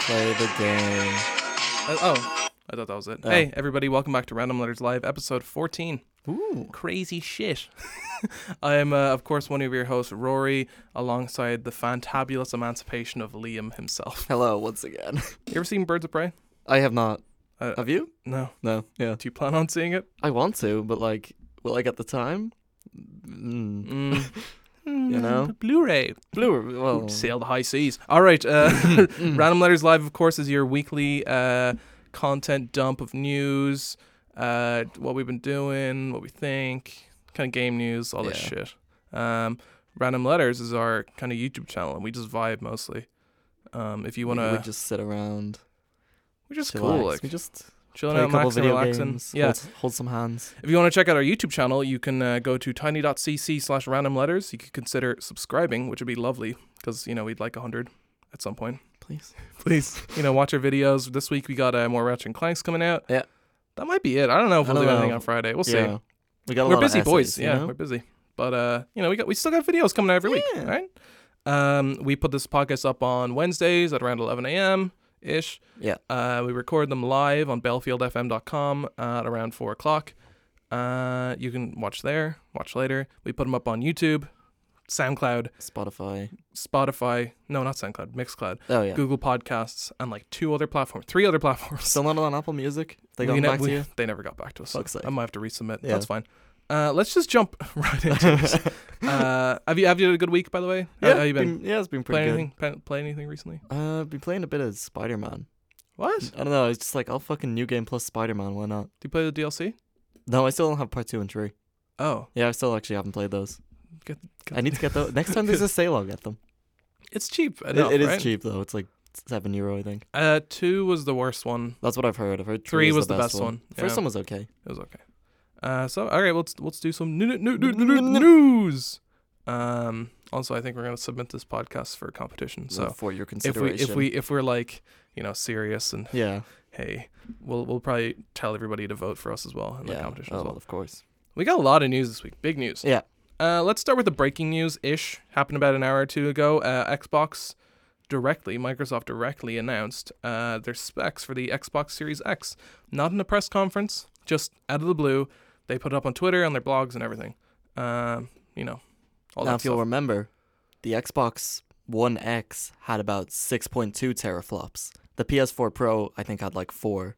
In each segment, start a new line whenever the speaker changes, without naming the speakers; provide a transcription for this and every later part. play the game.
Uh, oh, I thought that was it.
Oh.
Hey, everybody, welcome back to Random Letters Live, episode 14.
Ooh.
Crazy shit. I am, uh, of course, one of your hosts, Rory, alongside the fantabulous emancipation of Liam himself.
Hello, once again.
You ever seen Birds of Prey?
I have not.
Uh,
have you?
No.
No. Yeah.
Do you plan on seeing it?
I want to, but like, will I get the time? Mm.
Mm. you
know?
Blu-ray.
Blue. Well.
Sail the high seas. All right. Uh, Random Letters Live, of course, is your weekly uh, content dump of news, uh, what we've been doing, what we think, kind of game news, all this
Yeah.
shit. Um, Random Letters is our kind of YouTube channel, and we just vibe mostly. Um, if you want to,
We just sit around.
we're just
chillax.
cool, like
we just
chilling
play a
out,
couple
maxing,
video
relaxing.
games.
Yeah.
Hold, hold some hands.
If you want to check out our YouTube channel, you can uh, go to tiny.cc slash random letters. You could consider subscribing, which would be lovely because, you know, we'd like 100 at some point.
Please.
Please, you know, watch our videos. This week we got uh, more Ratchet and Clanks coming out.
Yeah.
That might be it. I don't know if
I
we'll do
don't
anything
know.
on Friday. We'll
yeah.
see.
We got a
We're
lot
busy,
of
boys.
essays, you
yeah,
know?
we're busy. But, uh, you know, we got we still got videos coming out every week,
Yeah.
right? Um, we put this podcast up on Wednesdays at around 11 a.m. ish.
Yeah.
Uh, we record them live on bellfieldfm.com uh, at around 4 o'clock. Uh, you can watch there, watch later. We put them up on YouTube, SoundCloud,
Spotify.
Spotify. No, not SoundCloud, Mixcloud,
Oh yeah.
Google Podcasts, and like two other platforms, three other platforms.
Still not on Apple Music. They
We
got
ne-
back
we-
to you.
They never got back to us. so
Fuck's sake.
I might have to resubmit.
Yeah.
That's fine. Uh, let's just jump right into this. Uh, have you have you had a good week, by the way? How- how you been?
Yeah, it's been pretty
Play
good.
anything? Play, play anything recently?
Uh, been playing a bit of Spider Man.
What?
I
Do
don't know. It's just like I'll fucking new game plus Spider Man. Why not?
you play the DLC?
No, I still don't have part two and three.
Oh,
Yeah, I still actually haven't played those.
Get-
I need to get those. Next time there's a sale, I'll get them.
it's cheap.
It-
enough,
it is
right?
cheap though. It's like seven euro, I think.
Uh, two was the worst one.
That's what I've heard. I've heard
Three
is
was the best one.
First
Yeah.
one was okay.
It was okay. Uh, so all right, let's let's do some new, new, new, new, news. Um, also, I think we're gonna submit this podcast for a competition. So
for your
if we
consideration,
if we if we're like you know serious and
yeah
hey, we'll we'll probably tell everybody to vote for us as well in the
yeah
competition
oh,
as
well,
well.
of course
We got a lot of news this week. Big news.
yeah
Uh, let's start with the breaking news ish. Happened about an hour or two ago. Uh, Xbox directly, Microsoft directly announced uh, their specs for the Xbox Series X. Not in a press conference, just out of the blue. They put it up on Twitter, on their blogs, and everything. Um, you know, all
now
that
if you'll
stuff.
remember, the Xbox One X had about six point two teraflops. The PS4 Pro I think had like four.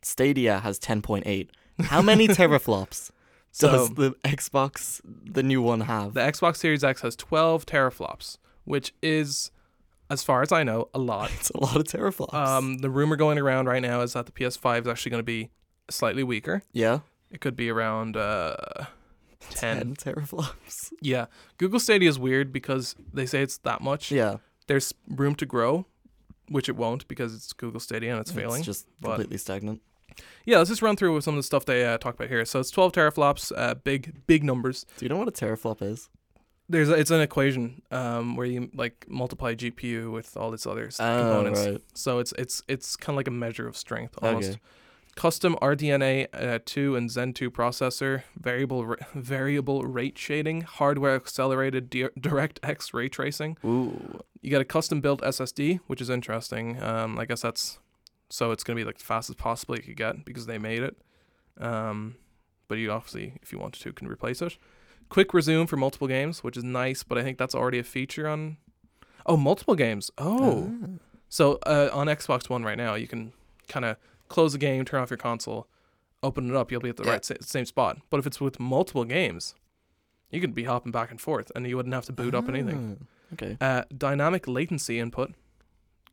Stadia has ten point eight. How many teraflops
So
does the Xbox the new one have?
the Xbox Series X has 12 teraflops, which is, as far as I know, a lot.
It's a lot of teraflops.
Um, the rumor going around right now is that the PS5 is actually going to be slightly weaker.
yeah,
It could be around uh, 10.
ten teraflops.
Yeah. Google Stadia is weird because they say it's that much.
Yeah,
There's room to grow, which it won't because it's Google Stadia and it's failing.
It's just
but-
completely stagnant.
yeah, let's just run through with some of the stuff they uh, talk about here. So it's 12 teraflops, uh, big, big numbers.
Do you know what a teraflop is?
There's a, It's an equation um, where you like multiply GPU with all its other s- components.
Oh, right.
So it's it's it's kind of like a measure of strength almost.
Okay.
Custom RDNA uh, 2 and Zen 2 processor, variable ra- variable rate shading, hardware accelerated D- DirectX ray tracing.
Ooh.
You get a custom built SSD, which is interesting. Um, I guess that's so it's gonna be like the fastest possible you could get because they made it. Um, but you obviously, if you wanted to, can replace it. Quick resume for multiple games, which is nice, but I think that's already a feature on. Oh, multiple games. Oh,
Ah.
so uh, on Xbox One right now, you can kind of close the game, turn off your console, open it up. You'll be at the
Yeah.
right sa- same spot. But if it's with multiple games, you could be hopping back and forth, and you wouldn't have to boot up anything.
Ah, Okay.
Uh, dynamic latency input.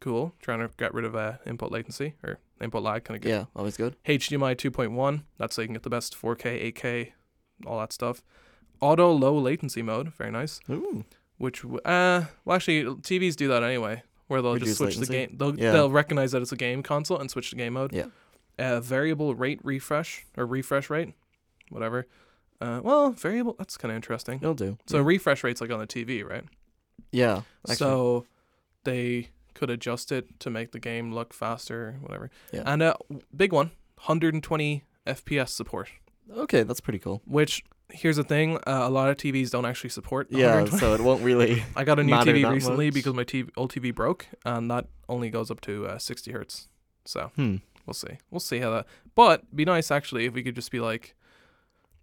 Cool. Trying to get rid of uh, input latency or input lag. Kind of good.
Yeah, always good.
HDMI 2.1. That's so you can get the best 4K, 8K, all that stuff. Auto low latency mode. Very nice.
Ooh.
Which, w- uh, well, actually, TVs do that anyway, where they'll just
Reduce
switch the
latency?
game. They'll,
Yeah.
they'll recognize that it's a game console and switch to game mode.
Yeah.
Uh, variable rate refresh or refresh rate, whatever. Uh, well, variable. That's kind of interesting.
It'll do.
So refresh rate's like on the TV, right?
yeah. actually.
So they could adjust it to make the game look faster, whatever. uh,
Yeah.
And a big one, 120 FPS support,
okay, that's pretty cool.
which here's the thing: uh, a lot of TVs don't actually support. the
Yeah,
120.
so it won't really.
I got a new
matter
TV
that
recently
much.
because my TV, old TV broke, and that only goes up to uh, 60 hertz. So
Hmm.
we'll see. We'll see how that. But it'd be nice actually if we could just be like,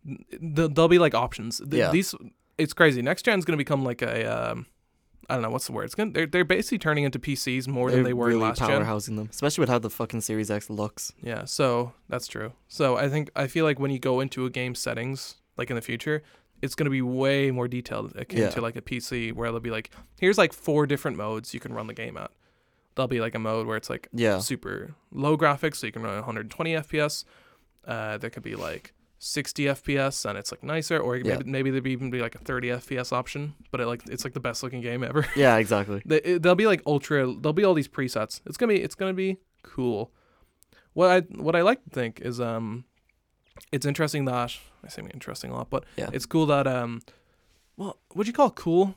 th- there'll be like options. Th-
Yeah.
These, it's crazy. Next gen's gonna become like a, um, I don't know what's the word. It's gonna they're they're basically turning into PCs more than
They're
they were
really
in last gen.
powerhousing them, especially with how the fucking Series X looks.
Yeah, so that's true. So I think I feel like when you go into a game settings, like in the future, it's gonna be way more detailed akin
Yeah.
to like a PC where they'll be like, here's like four different modes you can run the game at. There'll be like a mode where it's like
Yeah,
super low graphics, so you can run at 120 FPS. Uh, there could be like 60 FPS and it's like nicer, or maybe,
Yeah.
maybe there'd be even be like a 30 FPS option, but it like it's like the best looking game ever.
yeah, exactly.
They, it- they'll be like ultra. There'll be all these presets. It's gonna be it's gonna be cool. What I what I like to think is um, it's interesting that I say interesting a lot, but
Yeah.
it's cool that um, well, would you call it cool?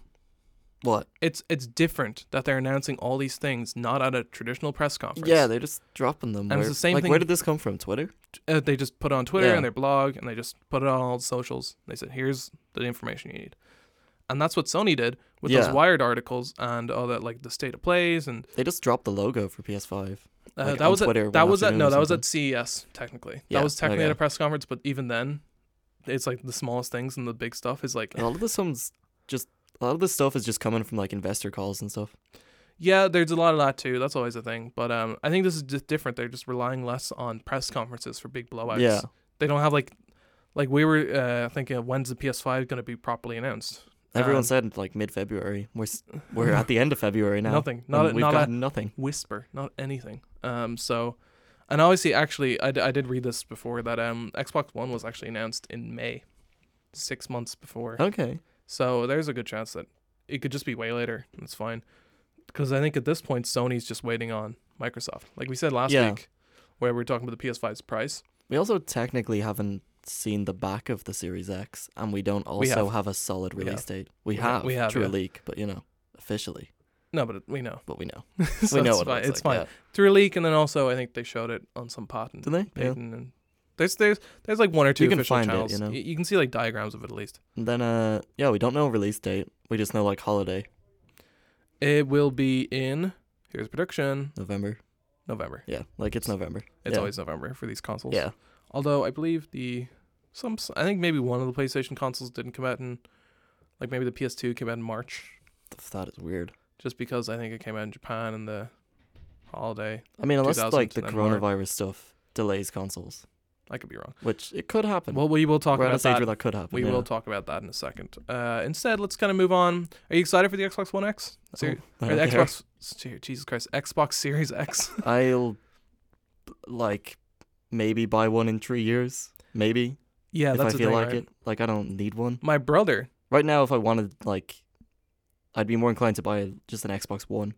What?
It's it's different that they're announcing all these things not at a traditional press conference.
Yeah, they're just dropping them.
And it's
where-
the same
like,
thing-
where did this come from? Twitter?
uh, they just put it on Twitter
Yeah.
and their blog and they just put it on all the socials. They said, here's the information you need. And that's what Sony did with
Yeah.
those Wired articles and all that, like the state of plays and
They just dropped the logo for PS5.
Uh,
Like,
that
on
was
Twitter
at,
one
that was at
afternoon
no
or
that was
something.
at CES technically.
Yeah,
that was technically
okay.
at a press conference, but even then, it's like the smallest things and the big stuff is like
And all of this comes just a lot of this stuff is just coming from like investor calls and stuff.
yeah. There's a lot of that too. That's always a thing. But um, I think this is just different. They're just relying less on press conferences for big blowouts.
Yeah.
they don't have like like we were uh, thinking of when's the PS5 going to be properly announced?
Everyone
Um,
said like mid February. We're s- we're at the end of February now.
Nothing.
and
Not a,
we've
not a,
gotten nothing.
whisper, not anything. Um, so, and obviously, actually, I, d- I did read this before that um, Xbox One was actually announced in May, six months before.
Okay.
So there's a good chance that it could just be way later. That's fine, because I think at this point Sony's just waiting on Microsoft, like we said last
Yeah.
week, where we were talking about the PS5's price.
We also technically haven't seen the back of the Series X, and we don't also
We
have.
have.
a solid
We
release
have.
date. We
We ha-
have.
we have,
through
yeah.
a leak, but you know, officially,
No, but it- we know.
but we know.
So
we know
it's
what it
fine.
looks
it's
like,
fine through a leak, and then also I think they showed it on some patent.
Yeah. Did they? Yeah.
patent and there's there's there's like one or two
can
official
find it, you
channels.
know.
Y- you can see like diagrams of it at least.
And then uh, yeah, we don't know release date. We just know like holiday,
It will be in here's a prediction
November.
November.
Yeah, like it's November.
It's
Yeah.
always November for these consoles.
Yeah.
Although I believe the some I think maybe one of the PlayStation consoles didn't come out in like maybe the PS2 came out in March
That is weird.
just because I think it came out in Japan and the holiday.
I mean, unless
2000
like
to
the
then hard.
coronavirus stuff delays consoles,
I could be wrong.
which it could happen.
Well, we will talk
We're at a
about
stage where
that.
that could happen.
We
yeah.
will talk about that in a second. Uh, instead, let's kind of move on. Are you excited for the Xbox One X? Ser-
Oh,
or the
okay.
Xbox? Ser- Jesus Christ, Xbox Series X.
I'll like maybe buy one in three years, maybe
yeah,
if I
that's a
feel
thing,
like
right?
it. Like I don't need one
My brother
right now. If I wanted, like, I'd be more inclined to buy just an Xbox One.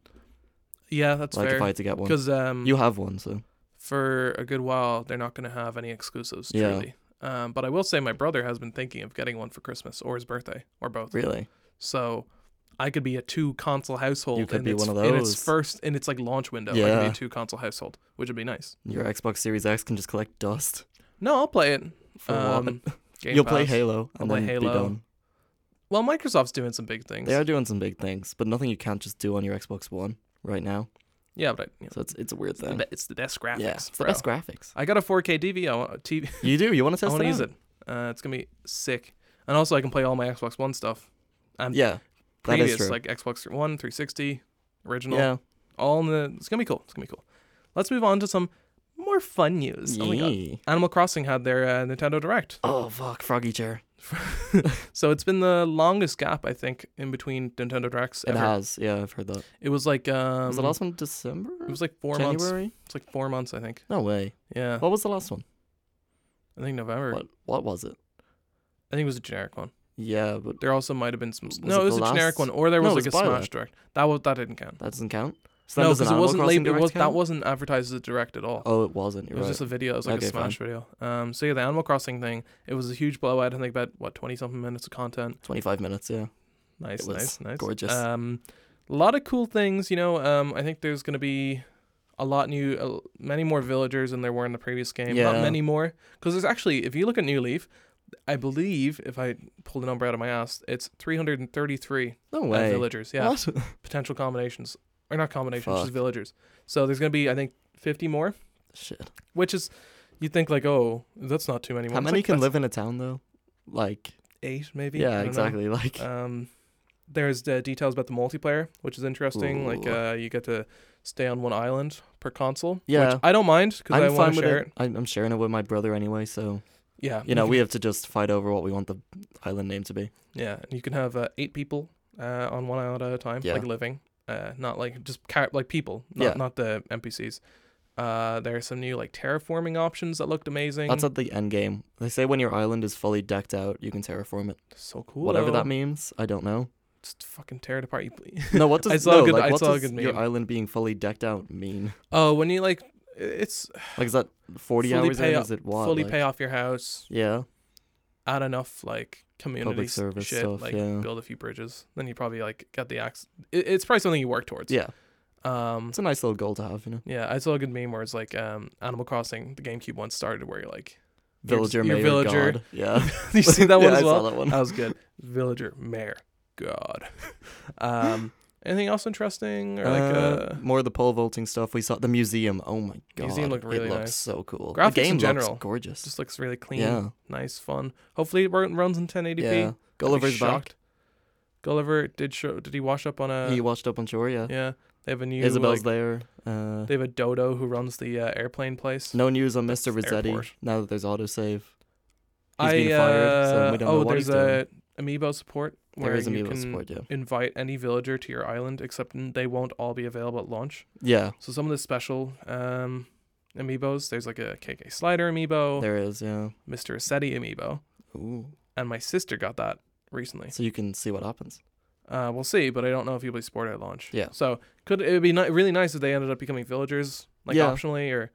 Yeah, that's
like if I
fair.
had to get one,
Because um,
you have one, so
for a good while, they're not going to have any exclusives.
Yeah.
Truly. Um, but I will say my brother has been thinking of getting one for Christmas or his birthday or both.
really,
So I could be a two console household.
could
in
be
its,
one of
In its
those.
first, in its like launch window, I could be
Yeah.
a two console household, which would be nice.
your Xbox Series X can just collect dust.
No, I'll play it.
For a while.
Um, Game
You'll play
Pass.
Halo
I'll
and
play
then
Halo.
be done.
Well, Microsoft's doing some big things.
They are doing some big things, but nothing you can't just do on your Xbox One right now.
Yeah, but I, you know,
So it's it's a weird
it's, the
thing.
be- it's the best graphics.
yeah, it's the
bro.
best graphics.
I got a 4K DV. I want a TV.
You do. You want to
I
test
want to
it?
use
out?
it. Uh, it's gonna be sick. And also, I can play all my Xbox One stuff. And
Yeah, that is
previous,
true.
like Xbox One, 360, original,
yeah.
all in the. It's gonna be cool. It's gonna be cool. Let's move on to some more fun news. Oh my god!
Yee.
Animal Crossing had their uh, Nintendo Direct,
Oh fuck, froggy chair.
so it's been the longest gap I think in between Nintendo Directs
It
ever.
has, yeah, I've heard that.
It was like um,
was the last one December?
It was like four months.
January?
It's like four months, I think.
No way.
Yeah,
What was the last one?
I think November.
What what was it?
I think it was a generic one.
Yeah, but
There also might have been some.
Was
no,
it
it was a
the
generic
last-
one, or there
No,
was
it was
like a Smash
Violet.
Direct. That was that didn't count.
that doesn't count. So
No,
does
because
an
it
Animal
wasn't
Crossing
lab- it
Direct
was that
count?
wasn't advertised as a direct at all.
Oh, it wasn't.
It
You're
was
right.
just a video. It was like
Okay,
a Smash video. Um, so yeah, the Animal Crossing thing. It was a huge blowout. I think about what twenty something minutes of content.
25 minutes, yeah.
Nice,
It was
nice, nice.
gorgeous.
Um, a lot of cool things. You know, um, I think there's gonna be a lot new, uh, many more villagers than there were in the previous game. Not
Yeah.
many more, because there's actually, if you look at New Leaf, I believe if I pull the number out of my ass, it's 333
No
uh,
way.
villagers. Yeah,
What?
potential combinations or not combinations,
Fuck.
just villagers. So there's gonna be I think 50 more,
Shit.
which is you think like oh that's not too many.
How
It's
many
like,
can
that's
live in a town though? Like
Eight maybe. I
yeah,
don't know.
exactly. Like
Um, there's the details about the multiplayer, which is interesting. Like
Ooh.
uh, you get to stay on one island per console.
Yeah.
which I don't mind because
I'm
I
fine
want to
with
share
it.
it. Uh,
I'm I'm sharing it with my brother anyway, so
Yeah,
you know
can-
we have to just fight over what we want the island name to be.
Yeah, and you can have uh, eight people uh, on one island at a time,
Yeah.
like living, uh, not like just car- like people, not,
Yeah.
not the NPCs. Uh, there are some new like terraforming options that looked amazing.
That's at the end game. They say when your island is fully decked out, you can terraform it.
so cool.
Whatever that means,
means.
I don't know.
Just fucking tear it apart. You
No, what does
I saw a
no,
good-
like,
I
what
saw a
does
good
your
meme.
island being fully decked out mean?
oh, when you like, it's
Like is that 40
Fully
hours
pay
in?
up-
Is it what?
fully
like,
pay off your house,
Yeah.
add enough like community s-
service
shit,
stuff,
like
yeah.
build a few bridges, then you probably like get the axe. It, it's probably something you work towards.
Yeah.
Um,
It's a nice little goal to have, you know.
yeah, I saw a good meme where it's like um, Animal Crossing, the GameCube one started where you're like, Your-
Villager
your
mayor
villager-
god. Yeah.
you see that
yeah,
one
I
as well?
saw that one.
That was good. Villager mayor. God. Um, anything else interesting or like
Uh,
uh,
more of the pole vaulting stuff. We saw the museum. Oh my god,
Museum looked really
it looks
nice.
so cool.
Graphics in
the game
general,
looks gorgeous.
just looks really clean,
yeah,
nice, fun. Hopefully it run- runs in 1080p.
yeah.
I'd be
Gulliver's back.
shocked. Gulliver did show. Did he wash up on a?
he washed up on shore. Yeah,
yeah. They have a new.
Isabel's
like,
there. Uh,
They have a dodo who runs the uh, airplane place.
no news on Mr.
That's
Rossetti
airport.
now that there's autosave.
I,
He's been fired, so
uh,
we don't know
oh,
what
there's
he's
a amiibo support where
There is
you
amiibo
can
support. Yeah,
invite any villager to your island, except n- they won't all be available at launch.
yeah,
So some of the special um, amiibos, there's like a KK Slider amiibo,
there is. Yeah.
Mr. Assetti amiibo,
Ooh.
and my sister got that recently.
So you can see what happens.
Uh, we'll see, but I don't know if you'll be sport at launch.
Yeah.
So could it would be ni- really nice if they ended up becoming villagers, like
Yeah.
optionally, or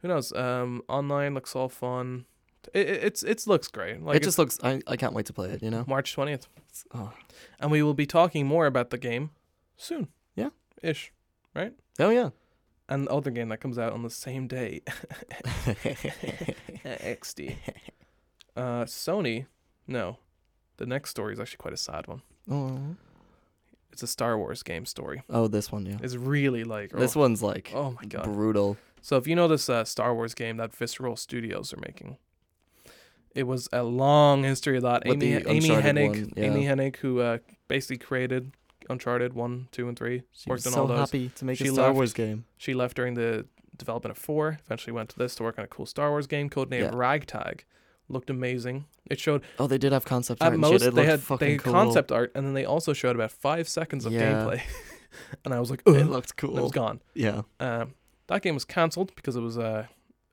who knows? Um, online looks all fun. It, it it's it's looks great. Like
it just looks. I, I can't wait to play it. You know.
it's March twentieth,
It's- Oh.
and we will be talking more about the game soon.
Yeah.
Ish,
oh yeah.
and the other game that comes out on the same day, XD. Uh, Sony, no, the next story is actually quite a sad one.
oh.
It's a Star Wars game story.
Oh, this one. Yeah.
It's really like oh,
This one's like
oh my god.
brutal.
So if you know this uh, Star Wars game that Visceral Studios are making, it was a long history of that.
With
Amy
the
Amy
Uncharted
Hennig,
one, yeah.
Amy Hennig, who uh, basically created Uncharted one, two, and three,
She was
worked on
so
all those.
happy to make
She
a Star
left.
Wars game.
She left during the development of four. Eventually went to this to work on a cool Star Wars game, codenamed
Yeah.
Ragtag. Looked amazing. It showed
Oh, they did have concept art.
at
and
most
shit. It
they
looked
had
fucking
they had
cool.
concept art, and then they also showed about five seconds of
Yeah.
gameplay, and I was like,
It
Ugh,
looked
and it was
cool.
gone.
Yeah,
Um, that game was cancelled because it was uh,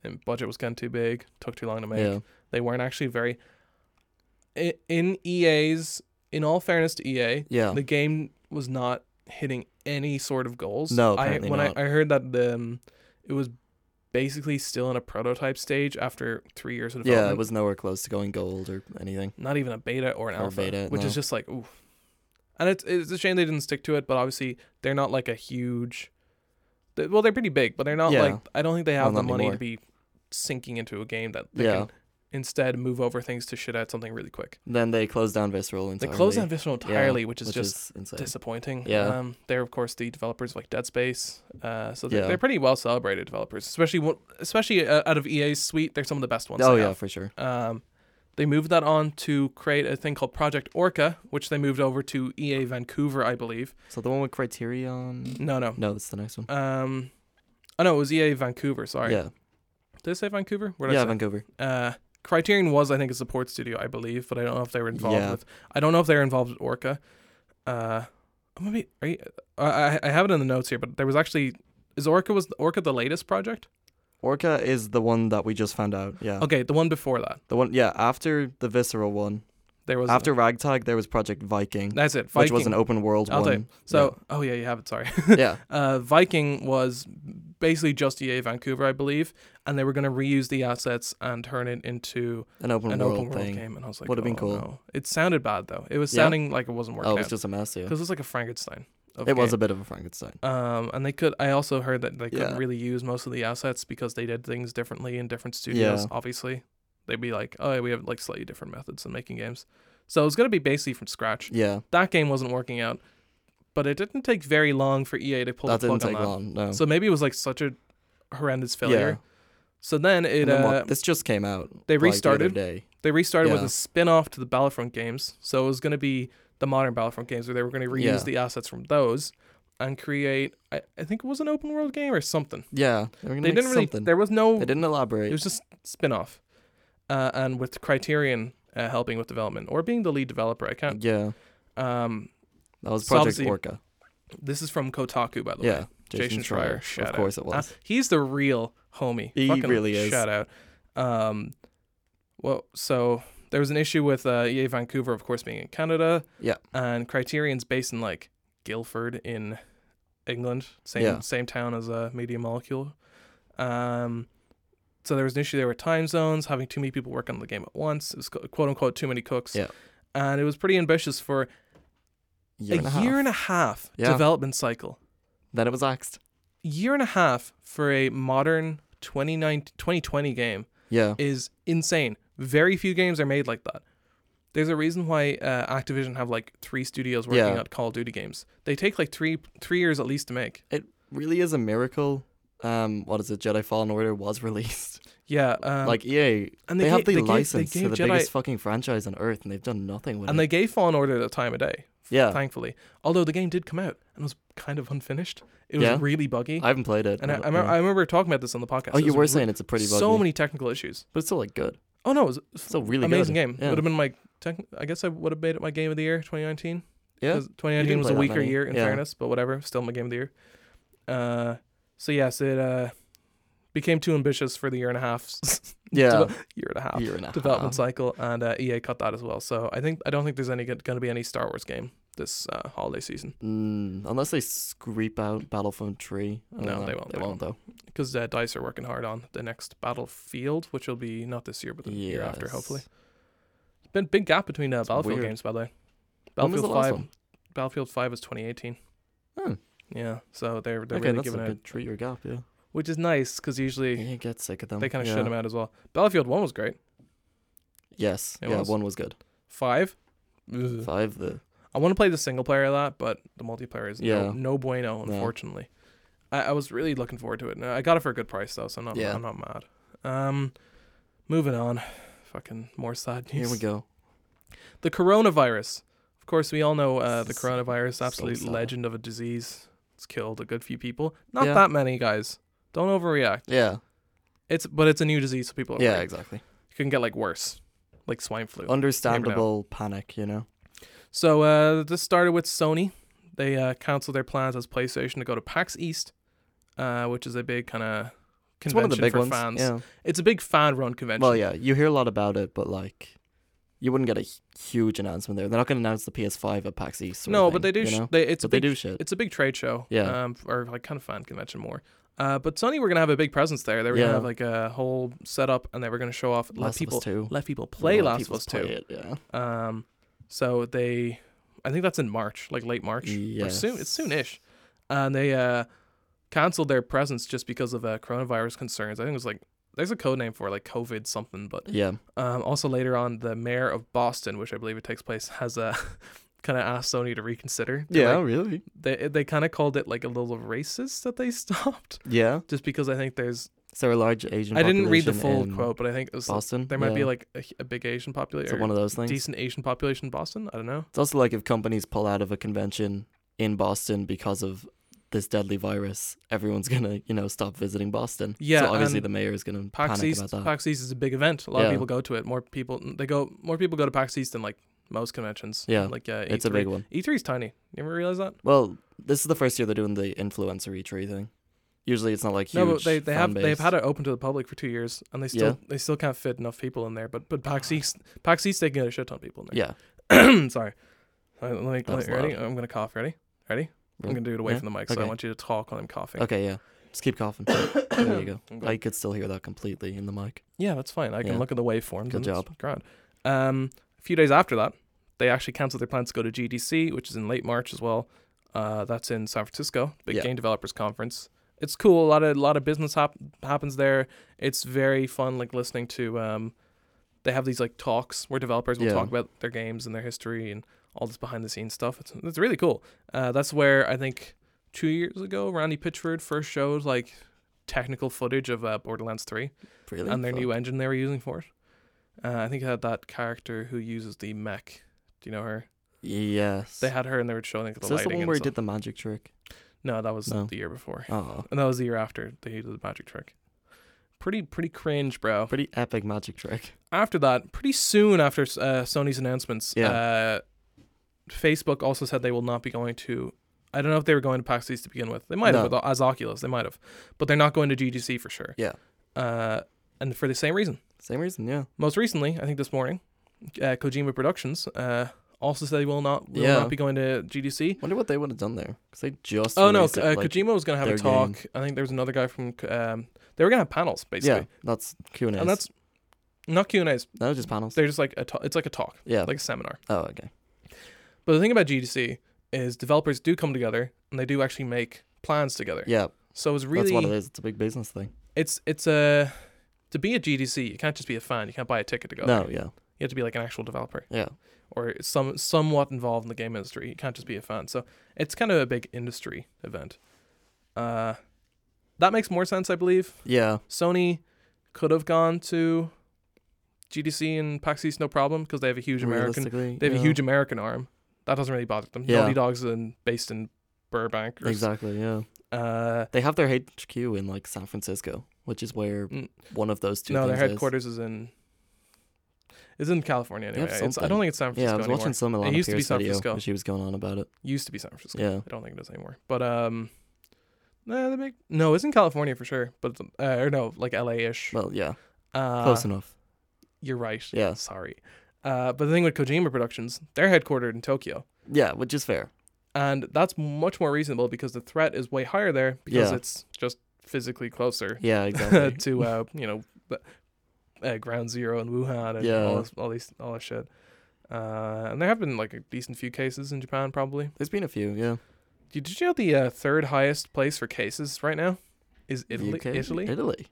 and budget was getting too big, took too long to make.
yeah.
They weren't actually very. I- In EA's, in all fairness to EA,
Yeah.
the game was not hitting any sort of goals.
No,
I,
apparently
when
not.
I, I heard that the, um, it was basically still in a prototype stage after three years of development.
yeah, it was nowhere close to going gold or anything.
not even a beta or an
Or
alpha,
beta,
which is
no.
just like oof. And it's it's a shame they didn't stick to it, but obviously they're not like a huge. they- Well, they're pretty big, but they're not
Yeah.
like I don't think they have
Well,
the
not
money
anymore.
to be sinking into a game that they
Yeah.
can instead move over things to shit out something really quick.
Then they closed down Visceral
They
entirely.
closed down Visceral
Yeah,
entirely, which is
which
just
is insane.
disappointing.
Yeah.
Um, they're of course the developers of, like Dead Space, uh, so they're,
Yeah.
they're pretty well celebrated developers, especially one- especially uh, out of EA's suite. They're some of the best ones.
oh
they
yeah,
have.
for sure.
Um, they moved that on to create a thing called Project Orca, which they moved over to EA Vancouver, I believe.
So the one with Criterion.
No, no.
No, it's the next one.
Um, oh no, it was EA Vancouver. Sorry,
Yeah,
did I say Vancouver? What Oh, did
yeah,
I say?
Vancouver.
uh, Criterion was, I think, a support studio, I believe, but I don't know if they were involved
Yeah.
with. I don't know if they were involved with Orca. Uh, maybe are you, I I- I have it in the notes here, but there was actually is Orca was Orca the latest project?
Orca is the one that we just found out. Yeah,
Okay, the one before that.
the one. Yeah, after the Visceral one,
There was
after Ragtag, there was Project Viking,
that's it.
which
Viking.
was an open world
I'll tell you.
one.
so oh yeah, you have it. Sorry.
yeah,
uh, Viking was basically just EA Vancouver, I believe, and they were going to reuse the assets and turn it into
an open
an
world
open world
thing.
game. And I was like,
Would've been
oh,
cool.
no. It sounded bad though. It was
Yeah?
sounding like it wasn't working
Oh,
out
it was
'cause
just a mess. Yeah,
because it's like a Frankenstein. Of
it was
game.
a bit of a Frankenstein.
Um, and they could. I also heard that they couldn't
Yeah.
really use most of the assets because they did things differently in different studios.
Yeah.
Obviously, They'd be like, oh, we have like slightly different methods in making games. So it's going to be basically from scratch.
Yeah,
That game wasn't working out, but it didn't take very long for EA to pull
that
the
didn't
plug
take
on that.
long. No.
So maybe it was like such a horrendous
Oh. yeah.
failure. So then it
And then what-
uh,
this just came out. like, the
they
other
restarted.
day.
they restarted with
Yeah.
a spin-off to the Battlefront games. So it was going to be the modern Battlefront games where they were going to reuse
Yeah.
the assets from those and create I, I think it was an open world game or something.
Yeah, they, were gonna
They
make
didn't really
something.
there was no
They
it
didn't elaborate.
was just spin-off. Uh, and with Criterion uh, helping with development or being the lead developer, I can't.
yeah,
Um
that was
uh, So
Project
obviously-
Orca.
this is from Kotaku by the
Yeah,
way. Jason Schreier, shout
Of
out.
course it
Uh,
was.
he's the real homie.
He
Fucking
really is.
Shout out. Um, well, so there was an issue with uh, EA Vancouver, of course, being in Canada.
Yeah.
And Criterion's based in like Guildford in England, same
Yeah.
same town as uh, Media Molecule. Um, so there was an issue there with time zones, having too many people work on the game at once. It was qu- quote unquote too many cooks.
Yeah.
And it was pretty ambitious for
year
a,
and a half.
year and a half
Yeah.
development cycle
Then it was axed.
year and a half for a modern 29 2020 game
Yeah,
is insane. Very few games are made like that. There's a reason why uh, Activision have like three studios working
Yeah.
on Call of Duty games. They take like three three years at least to make.
it really is a miracle. Um, what is it? Jedi Fallen Order was released.
Yeah, um,
like E EA,
and
they,
ga-
have the
gave- they
license
gave
to the
Jedi-
biggest fucking franchise on earth, and they've done nothing with it.
and they gave Fallen Order the time of day.
yeah,
Thankfully, although the game did come out and was kind of unfinished, it was
Yeah.
really buggy.
I haven't played it.
and I, I,
don't
remember,
know.
I remember talking about this on the podcast.
oh,
It
you
was
were
re-
saying it's a pretty buggy,
so many technical issues.
but it's still like good.
Oh no, it was
It's still really
amazing
good.
game.
Yeah.
Would have been my techni- I guess I would have made it my game of the year 2019.
Yeah,
'Cause
you
2019
didn't
was
play
a
that
weaker
many.
year in
Yeah.
fairness, but whatever, still my game of the year. Uh, so yes, it uh became too ambitious for the year and a half,
yeah,
year and a half
year and a
development
half.
cycle, and uh, EA cut that as well. So I think I don't think there's any going to be any Star Wars game this uh, holiday season
Mm, unless they scrape out Battlefront 3. I don't
No,
know.
they won't,
They
they
won't, though.
because uh, Dice are working hard on the next Battlefield, which will be not this year but the year after
Yes.
hopefully. Been big gap between uh, Battlefield
weird.
games by the way.
When was
Battlefield
the last
Five
one?
Battlefield Five was 2018.
Oh,
Yeah, so they're they're
okay,
really
that's a
giving it,
good three year gap, yeah.
which is nice because usually
You get sick of them.
they kind of
yeah.
shut them out as well. Battlefield One was great.
Yes,
It
yeah,
was.
one was good.
Five, ugh.
Five, the.
I want to play the single player a lot, but the multiplayer is
Yeah.
no, no bueno,
No.
unfortunately. I, I was really looking forward to it. and I got it for a good price though, so I'm not
Yeah.
I'm not mad. Um, moving on, fucking more sad news.
Here we go.
The coronavirus. Of course, we all know uh, the
This is
coronavirus, absolute
sad.
legend of a disease. It's killed a good few people. Not
Yeah.
that many, guys. Don't overreact.
Yeah,
It's but it's a new disease, so people are
yeah,
worried.
exactly.
it can get like worse, like swine flu.
Oh. Understandable panic, you know?
So uh, this started with Sony. They uh, canceled their plans as PlayStation to go to PAX East, uh, which is a big kind of convention
It's one of the big
for
ones.
fans.
Yeah.
It's a big fan-run convention.
Well, yeah, you hear a lot about it, but, like, you wouldn't get a hu- huge announcement there. They're not going to announce the PS5 at PAX East. sort of
no,
thing,
but they do.
You
Sh-
know?
they, it's a
but they
big,
do shit.
It's a big trade show.
Yeah.
Um, or like kind of fan convention more. Uh, but Sony were gonna have a big presence there. They were
Yeah.
gonna have like a whole setup, and they were gonna show off let
Last
people
of Us 2.
let people play
A lot
Last of
people
Us
play
Two.
It, yeah.
Um, so they, I think that's in March, like late March or soon.
Yes.
It's soonish, and they uh canceled their presence just because of uh, coronavirus concerns. I think it was like there's a code name for it, like COVID something, but
Yeah.
um, also later on the mayor of Boston, which I believe it takes place, has uh, kind of asked Sony to reconsider. They're like-
really?
they they kind of called it like a little racist that they stopped
Yeah.
just because I think there's
Is there a large Asian
I didn't read the
population
full
in
quote, but I think it was like,
Boston?
there might be
Yeah.
like a, a big Asian
Is it
population,
one of those things?
decent Asian population in Boston. I don't know.
It's also like if companies pull out of a convention in Boston because of this deadly virus, everyone's gonna, you know, stop visiting Boston.
Yeah,
So obviously
and
the mayor is gonna
PAX
panic
East,
about that.
PAX East is a big event. A lot of
Yeah.
people go to it. More people they go. More people go to PAX East than like most conventions.
Yeah,
like uh, E3.
it's a big one.
E3 is tiny. You ever realize that?
Well, this is the first year they're doing the influencer E tree thing. Usually it's not like huge.
no, but they, they have
fan base.
they've had it open to the public for two years, and they still they still can't fit enough people in there. But but PAX East PAX East they can get a shit ton of people in there.
Yeah.
Sorry. Uh, Let me,
That was
let, ready? I'm gonna cough. Ready? Ready? I'm
Really?
gonna do it away
Mm. Yeah?
from the mic, so I
Okay.
want you to talk when I'm coughing.
Okay, yeah. Just keep coughing. there you go.
I'm good.
I could still hear that completely in the mic.
yeah, that's fine. I can
Yeah.
look at the waveforms.
Good
and it's
job.
Grand. Um, a few days after that, they actually canceled their plans to go to GDC, which is in late March as well. Uh, that's in San Francisco, big
Yeah.
game developers conference. It's cool. A lot of a lot of business hap- happens there. It's very fun, like listening to um, they have these like talks where developers will
Yeah.
talk about their games and their history and all this behind the scenes stuff. It's, it's really cool. Uh, that's where I think two years ago Randy Pitchford first showed like technical footage of uh, Borderlands Three
Really?
and their
Fuck.
new engine they were using for it. Uh, I think it had that character who uses the mech. Do you know her?
Yes.
They had her and they were showing like, the
Is this
lighting.
the one
and
where he
stuff.
did the magic trick?
No, that was
No.
the year before,
Oh,
and that was the year after they did the magic trick. Pretty pretty cringe, bro.
pretty epic magic trick.
after that, pretty soon after uh, Sony's announcements,
Yeah.
uh, Facebook also said they will not be going to. I don't know if they were going to PAX East to begin with. They might
No.
have with, uh, as Oculus. They might have, but they're not going to GDC for sure.
Yeah.
Uh, and for the same reason.
Same reason, yeah.
Most recently, I think this morning, uh, Kojima Productions uh, also said they will not will
Yeah.
not be going to GDC.
Wonder what they would have done there because they just.
Oh no,
released it,
uh,
like-
Kojima was going to have a
their
talk. I think there was another guy from. Um, they were going to have panels basically,
Yeah, that's Q and A.
and that's not Q and A's.
that was just panels.
They're just like a ta- it's like a talk,
Yeah.
like a seminar.
oh, okay.
But the thing about GDC is developers do come together and they do actually make plans together.
Yeah,
So it's
that's what it
really
is. It's a big business thing.
it's it's a to be a GDC, you can't just be a fan. You can't buy a ticket to go.
No,
there.
yeah,
You have to be like an actual developer
yeah,
or some somewhat involved in the game industry. You can't just be a fan. So it's kind of a big industry event. Uh, that makes more sense, I believe.
yeah.
Sony could have gone to GDC and PAX East no problem because they have a huge American
Realistically,
They have
yeah.
a huge American arm. That doesn't really bother them.
Yeah.
Naughty Dog's in, based in Burbank. Or s-
Exactly, yeah.
Uh,
They have their HQ in like San Francisco, which is where
Mm.
one of those two.
no, their
things
headquarters is, in. Is in California
They
anyway.
have
It's, I
something.
don't think it's San
Is. Yeah,
Francisco
I was
anymore.
watching some Alana
It used to be
Pierce
San
video
Francisco.
and she was going on about it.
Used to be San Francisco.
Yeah,
I don't think it is anymore. But um, nah, they make no. It's in California for sure. But it's, uh, or no, like LA-ish.
well, yeah,
uh,
close enough.
You're right.
Yeah.
Sorry. Uh, but the thing with Kojima Productions, they're headquartered in Tokyo.
Yeah, which is fair.
and that's much more reasonable because the threat is way higher there because
Yeah.
it's just physically closer
Yeah, exactly.
to uh, you know the- uh, ground zero in Wuhan and
Yeah.
all this, all these all this shit. Uh, and there have been like a decent few cases in Japan probably.
There's been a few, yeah.
Did, did you know the uh, third highest place for cases right now is
The
Italy?
UK?
Italy?
Italy.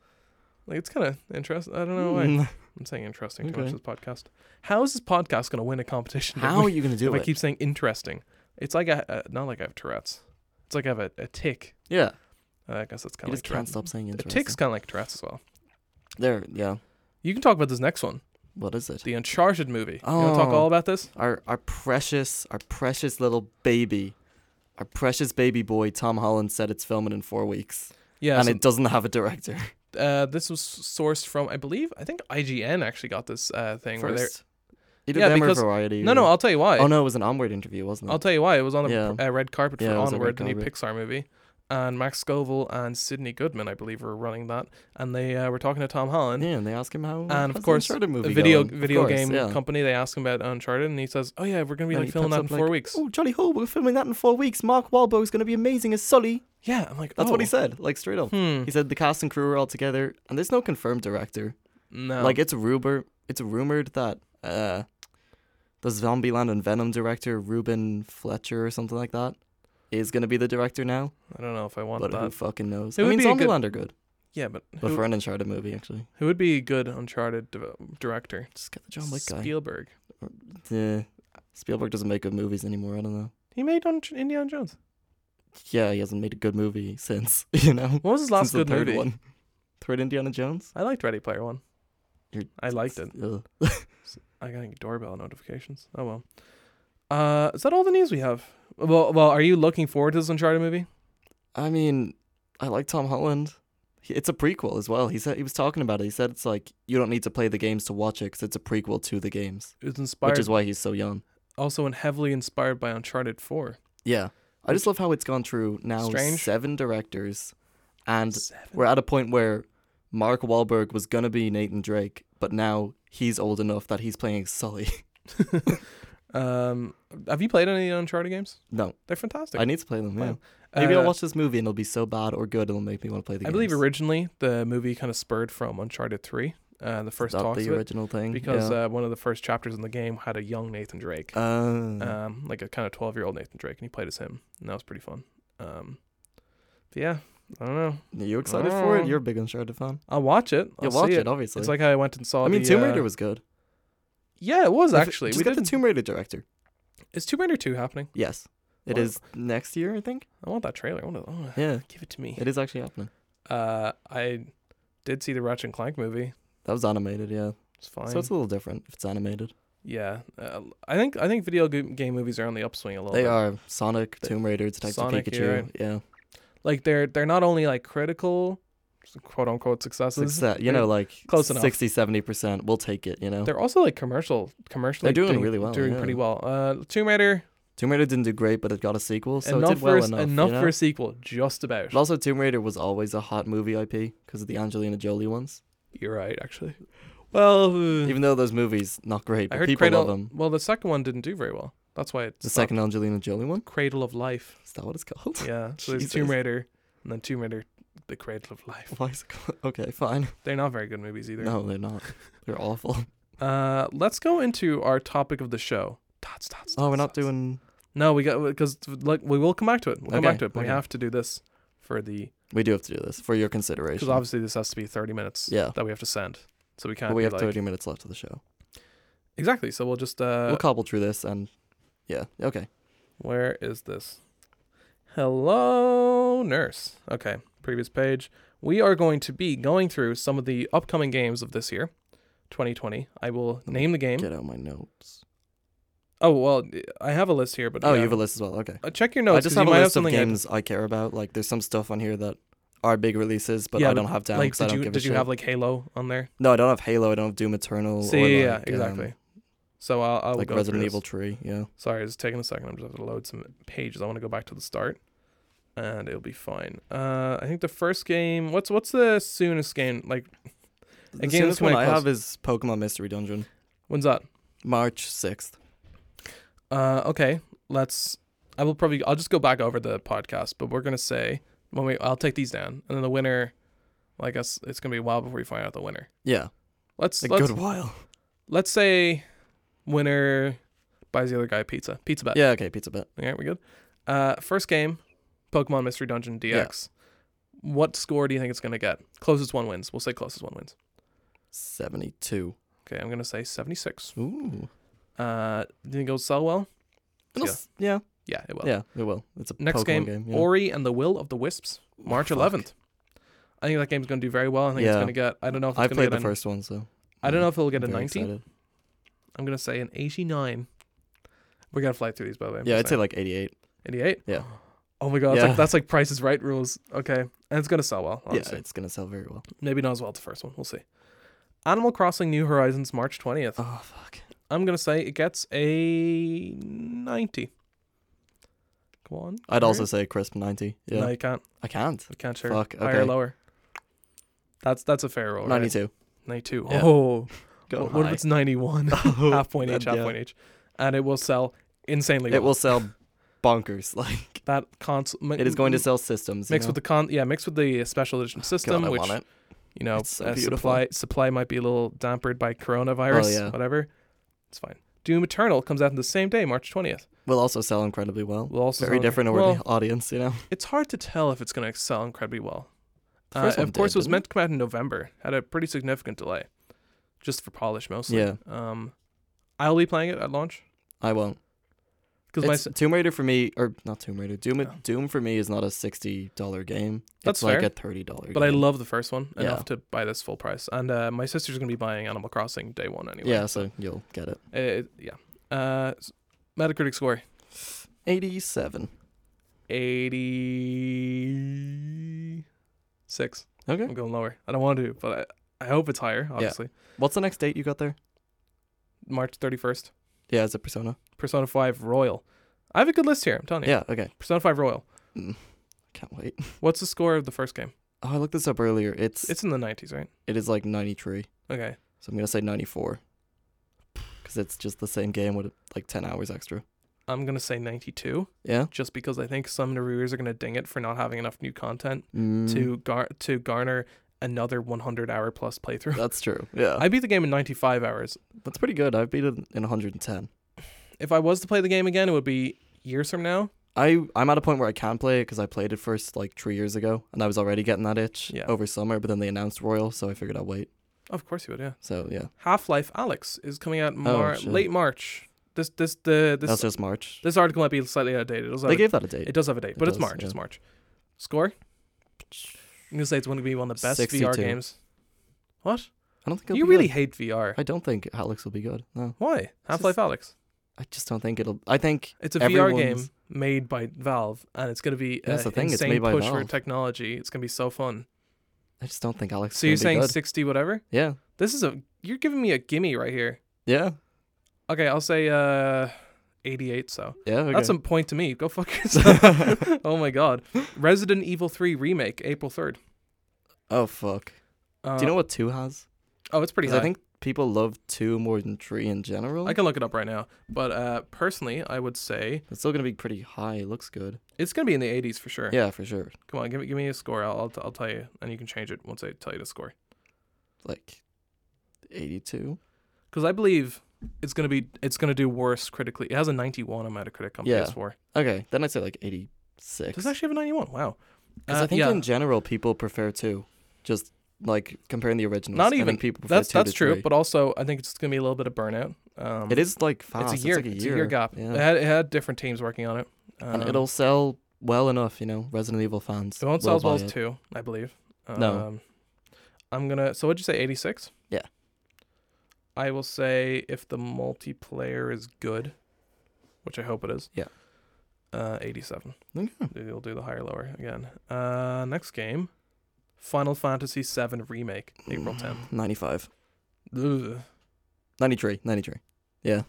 Like it's kind of interesting. I don't know why
Mm.
I'm saying interesting too
Okay.
much this podcast. How is this podcast going to win a competition?
How are you gonna do
if
it?
I keep saying interesting, it's like I uh, not like I have Tourette's. It's like I have a, a tick.
yeah,
Uh, I
you
guess that's kind of
just
like
can't
Tourette's.
stop saying
A
interesting.
tick's kind of like Tourette's as well.
There, yeah.
You can talk about this next one,
What is it?
the Uncharted movie. You want to talk
Oh.
all about this?
our our precious, our precious little baby, our precious baby boy, Tom Holland said it's filming in four weeks,
Yeah.
and
so,
it doesn't have a director
uh, this was sourced from, I believe, I think IGN actually got this uh, thing where they're.
first. Either
Yeah,
them or
because-
Variety.
No, no,
or-
I'll tell you why.
oh no, it was an Onward interview, wasn't it?
I'll tell you why. It was on the
Yeah.
pr- uh, red carpet
Yeah,
for
it was a
Onward,
red
the new
carpet.
Pixar movie. And Max Scoville and Sydney Goodman, I believe, were running that. And they uh, were talking to Tom Holland.
yeah, and they ask him how.
And
how's
of
the
course,
Uncharted movie
a video
going? Of
video
course,
game
yeah.
company. They ask him about Uncharted, and he says, "Oh yeah, we're gonna be
Then
like
he
filming
pipes
that in
up,
four
like,
weeks."
Oh, Jolly Ho, we're filming that in four weeks. Mark Wahlberg's going to be amazing as Sully.
Yeah, I'm like,
That's
oh,
what he said, like straight up.
Hmm.
He said the cast and crew are all together, and there's no confirmed director.
No,
Like it's rumor, it's rumored that uh, the Zombieland and Venom director Ruben Fletcher or something like that is gonna be the director now.
I don't know if I want
But who
that.
fucking knows?
It
I
would
mean,
be a good-
Zombieland are good,
Yeah, but
but
who,
for an Uncharted movie, actually,
who would be a good Uncharted de- director?
just get the John Wick guy.
Spielberg.
Yeah. Spielberg doesn't make good movies anymore. I don't know.
He made Un- Indiana Jones.
Yeah, he hasn't made a good movie since. You know,
What was his last
since
good
the third
movie?
one. Third Indiana Jones.
I liked Ready Player One.
You're-
I liked it.
Ugh.
I got doorbell notifications. Oh well. Uh, is that all the news we have? Well, well, are you looking forward to this Uncharted movie?
I mean, I like Tom Holland. He, it's a prequel as well. He said he was talking about it. He said it's like you don't need to play the games to watch it because it's a prequel to the games,
It was inspired,
which is why he's so young.
also and heavily inspired by Uncharted Four.
Yeah, I just love how it's gone through now
Strange.
seven directors, and
Seven.
we're at a point where Mark Wahlberg was gonna be Nathan Drake, but now he's old enough that he's playing Sully.
Um, have you played any Uncharted games?
no,
They're fantastic.
I need to play them. Yeah.
Wow.
Maybe
Uh,
I'll watch this movie and it'll be so bad or good it'll make me want to play the
I
games.
believe originally the movie kind of spurred from Uncharted Three, uh, the first
Is that
talks
the
of it,
original thing
because
yeah.
uh, one of the first chapters in the game had a young Nathan Drake,
Uh,
um, like a kind of twelve-year-old Nathan Drake, and he played as him, and that was pretty fun. Um, but yeah, I don't know.
Are you excited for
Oh.
it? You're a big Uncharted fan.
I'll watch it. I'll
yeah, watch
see
it,
it.
obviously.
It's like how I went and saw.
I mean,
the,
Tomb
uh,
Raider was good.
Yeah, it was
If it-
actually.
Just
we
get
did.
the Tomb Raider director.
Is Tomb Raider two happening?
Yes, it
Wow.
is next year, I think.
I want that trailer. I want to. Oh,
Yeah,
give it to me.
it is actually happening.
Uh, I did see the Ratchet and Clank movie.
That was animated, yeah.
It's fine.
So it's a little different if it's animated.
yeah, uh, I think I think video g- game movies are on the upswing a little.
They
bit.
are Sonic, Tomb Raider, Detective
Sonic,
Pikachu.
you're right.
Yeah,
like they're they're not only like critical, quote unquote successes.
Success, you know, like
Close enough.
60, 70 percent. We'll take it. You know,
They're also like commercial, commercially
They're doing really well,
doing
yeah.
pretty well. Uh, Tomb Raider
Tomb Raider didn't do great, but it got a sequel, so it
enough
did well
for
enough. you know?
for a sequel, just about.
But also, Tomb Raider was always a hot movie IP because of the Angelina Jolie ones.
You're right, actually. Well, uh,
Even though those movies not great,
I
but
heard
people
Cradle.
love them.
Well, the second one didn't do very well. That's why it's
The second Angelina Jolie one
Cradle of Life.
is that what it's called?
Yeah, so there's
Jesus.
Tomb Raider, and then Tomb Raider, The Cradle of Life.
Why is it called? Okay, fine.
They're not very good movies either.
No, they're not. They're awful.
Uh, let's go into our topic of the show. Dots, dots,
Oh, we're
dots,
not
dots.
doing.
No, we got because like we will come back to it. We'll come back
Okay,
to it. But We
okay.
have to do this for the
We do have to do this for your
because
consideration.
obviously this has to be thirty minutes.
Yeah.
That we have to send, so we can't.
But we
be
have
like,
30 minutes left of the show.
Exactly. So we'll just
we'll
uh,
cobble through this and. Yeah, okay.
where is this? Hello, nurse. Okay, previous page. We are going to be going through some of the upcoming games of this year, 2020. I will
me
name the game.
Get out my notes.
Oh well, I have a list here, but
Oh,
yeah.
you have a list as well. Okay.
Uh, check your
No,
notes.
I just
'cause
have
you
a
might
list of
something I-
games I care about. Like, there's some stuff on here that are big releases, but
Yeah,
I
but,
don't have down
like,
because I
did
don't
you
give
did
a
you
shit.
have like Halo on there?
no, I don't have Halo. I don't have Doom Eternal.
See,
or like,
yeah, exactly.
um,
so I'll, I'll
like
go
Resident
through
Evil
This.
3. Yeah.
Sorry, it's taking a second. I'm just going to load some pages. I want to go back to the start, and it'll be fine. Uh, I think the first game. What's what's the soonest game? Like
The
game that's
soonest one
coming
I
close.
have is Pokemon Mystery Dungeon,
when's that?
March 6th.
Uh, okay, let's. I will probably. I'll just go back over the podcast, but we're gonna say when we. I'll take these down, and then the winner. Well, I guess it's gonna be a while before we find out the winner.
Yeah,
Let's
a
let's
good while.
let's say winner buys the other guy pizza. Pizza bet.
Yeah, okay, pizza bet.
Okay, we good. Uh, first game, Pokemon Mystery Dungeon DX. What score do you think it's gonna get? Closest one wins. We'll say closest one wins.
72.
Okay, I'm gonna say 76.
Ooh.
Uh, do you think it'll sell well?
It'll
Yeah.
s- yeah.
Yeah, it will.
yeah, it will. It's a
Next
Pokemon
game,
yeah.
Ori and the Will of the Wisps, March
Fuck.
11th. I think that game's gonna do very well. I think it's
Yeah.
gonna get. I don't know if it's
I
gonna
played
get
the
an-
first one, so.
I don't know if it'll get
I'm
a
very
90.
excited.
I'm gonna say an 89. We're gonna fly through these by the way. I'm
Yeah,
just
I'd say like 88.
88?
Yeah.
Oh my god, that's,
Yeah.
like, that's like Price is Right rules. Okay. And it's going to sell well,
Yeah,
obviously.
it's going to sell very well.
Maybe not as well as the first one. We'll see. Animal Crossing New Horizons, March 20th.
Oh, fuck.
I'm going to say it gets a 90. Go on.
I'd
Kurt.
also say crisp 90. Yeah.
No, you can't.
I can't.
You can't share.
Fuck,
Higher or
okay.
lower. That's that's a fair roll. right?
92.
92.
Yeah.
Oh.
Go
what if
high.
it's 91?
Oh,
half point each,
that'd-
half
yeah.
point each. And it will sell insanely
It
well.
will sell bonkers. Like,
That console.
it is going to sell systems.
Mixed with the con, yeah, mixed with the uh, special edition system,
God, I
which
want it.
you know,
It's so
uh,
beautiful.
supply supply might be a little dampered by coronavirus,
Oh, yeah.
whatever. It's fine. Doom Eternal comes out on the same day, March twentieth.
Will also sell incredibly well.
We'll also
Very
sell-
different
well,
already audience, you know?
It's hard to tell if it's going to sell incredibly well.
The
Uh,
first one
of course,
did,
it was
didn't
meant to come out in November. Had a pretty significant delay, just for polish mostly.
Yeah.
Um, I'll be playing it at launch
I won't.
because my
It's-
s-
Tomb Raider for me, or not Tomb Raider, Doom.
Yeah.
Doom for me is not a sixty dollar game.
That's
it's like
fair.
a thirty dollar.
but I love the first one
Yeah.
enough to buy this full price, and uh, my sister's going to be buying Animal Crossing day one anyway.
Yeah, so you'll get it.
Uh, yeah. Uh, s- Metacritic score
Eighty seven.
86.
Okay.
I'm going lower. I don't want to, but I, I hope it's higher, obviously.
What's the next date you got there?
March 31st.
Yeah, it's a Persona.
Persona 5 Royal. I have a good list here, I'm telling you.
Yeah. Okay.
Persona 5 Royal.
Can't wait.
What's the score of the first game?
Oh, I looked this up earlier. It's, it's
It's in the 90s, right?
it is like ninety three.
Okay.
So I'm gonna say ninety four. Because it's just the same game with like ten hours extra.
I'm going to say 92
Yeah.
just because I think some reviewers are going to ding it for not having enough new content
Mm,
to gar- to garner another 100 hour plus playthrough.
That's true. Yeah.
I beat the game in 95 hours.
that's pretty good. I've beat it in hundred and ten.
If I was to play the game again, it would be years from now.
I I'm at a point where I can play it because I played it first like three years ago, and I was already getting that itch
Yeah.
over summer. But then they announced Royal, so I figured I'd wait.
Of course you would, yeah.
So yeah,
Half Life Alex is coming out Mar-
Oh, shit.
late March. This this the this
that's just March.
this article might be slightly outdated. It does have
They
a-
gave that a date.
it does have a date, but
it
it's
does,
March.
yeah.
It's March. Score? I'm gonna say it's gonna be one of the best
62.
VR games. What?
I don't think it'll
you
be
really
Good.
hate VR.
I don't think Alex will be good. No,
Why? Half Life Alex.
I just don't think it'll. I think
It's a VR game
everyone's-
made by Valve, and it's gonna be
That's
a
the thing, it's
insane
made by
push for
Valve.
technology. It's gonna be so fun.
I just don't think Alex.
So
is
you're
gonna be
saying
good.
sixty whatever?
yeah,
This is a you're giving me a gimme right here.
yeah,
Okay, I'll say uh eighty eight so.
yeah. Okay.
That's a point to me. Go fuck yourself. oh my god. Resident Evil 3 remake, April 3rd.
oh fuck.
Uh,
Do you know what two has?
Oh, it's pretty
Because I
high.
think people love two more than three in general.
I can look it up right now. But uh personally, I would say
It's still gonna be pretty high. It looks good.
it's going to be in the 80s for sure.
Yeah, for sure.
Come on, give me give me a score. I'll I'll, t- I'll tell you and you can change it once I tell you the score.
Like eighty-two.
Cuz I believe it's going to be it's going to do worse critically. It has a 91 on Metacritic on
Yeah.
PS4.
Okay, then I'd say like eighty-six.
Does it actually have a 91? Wow.
Because
Uh,
I think
yeah.
in general people prefer two, just like comparing the originals.
Not
I think
even.
people. Prefer
that's
two
that's
to
true,
three.
but also I think it's going to be a little bit of burnout. Um
it is like fast.
it's a year,
like a year.
it's a year gap.
Yeah.
It, had, it had different teams working on it. Um,
and it'll sell well enough, you know. Resident Evil fans.
It won't sell
will
as well
buy
as
it.
two, I believe. Um,
No.
I'm gonna. So what'd you say? Eighty six.
Yeah.
I will say if the multiplayer is good, which I hope it is.
Yeah.
Uh, eighty seven.
Okay.
We'll do the higher lower again. Uh, next game, Final Fantasy VII remake, April
Mm,
tenth.
95. Mm.
Ugh.
93. 93. Yeah,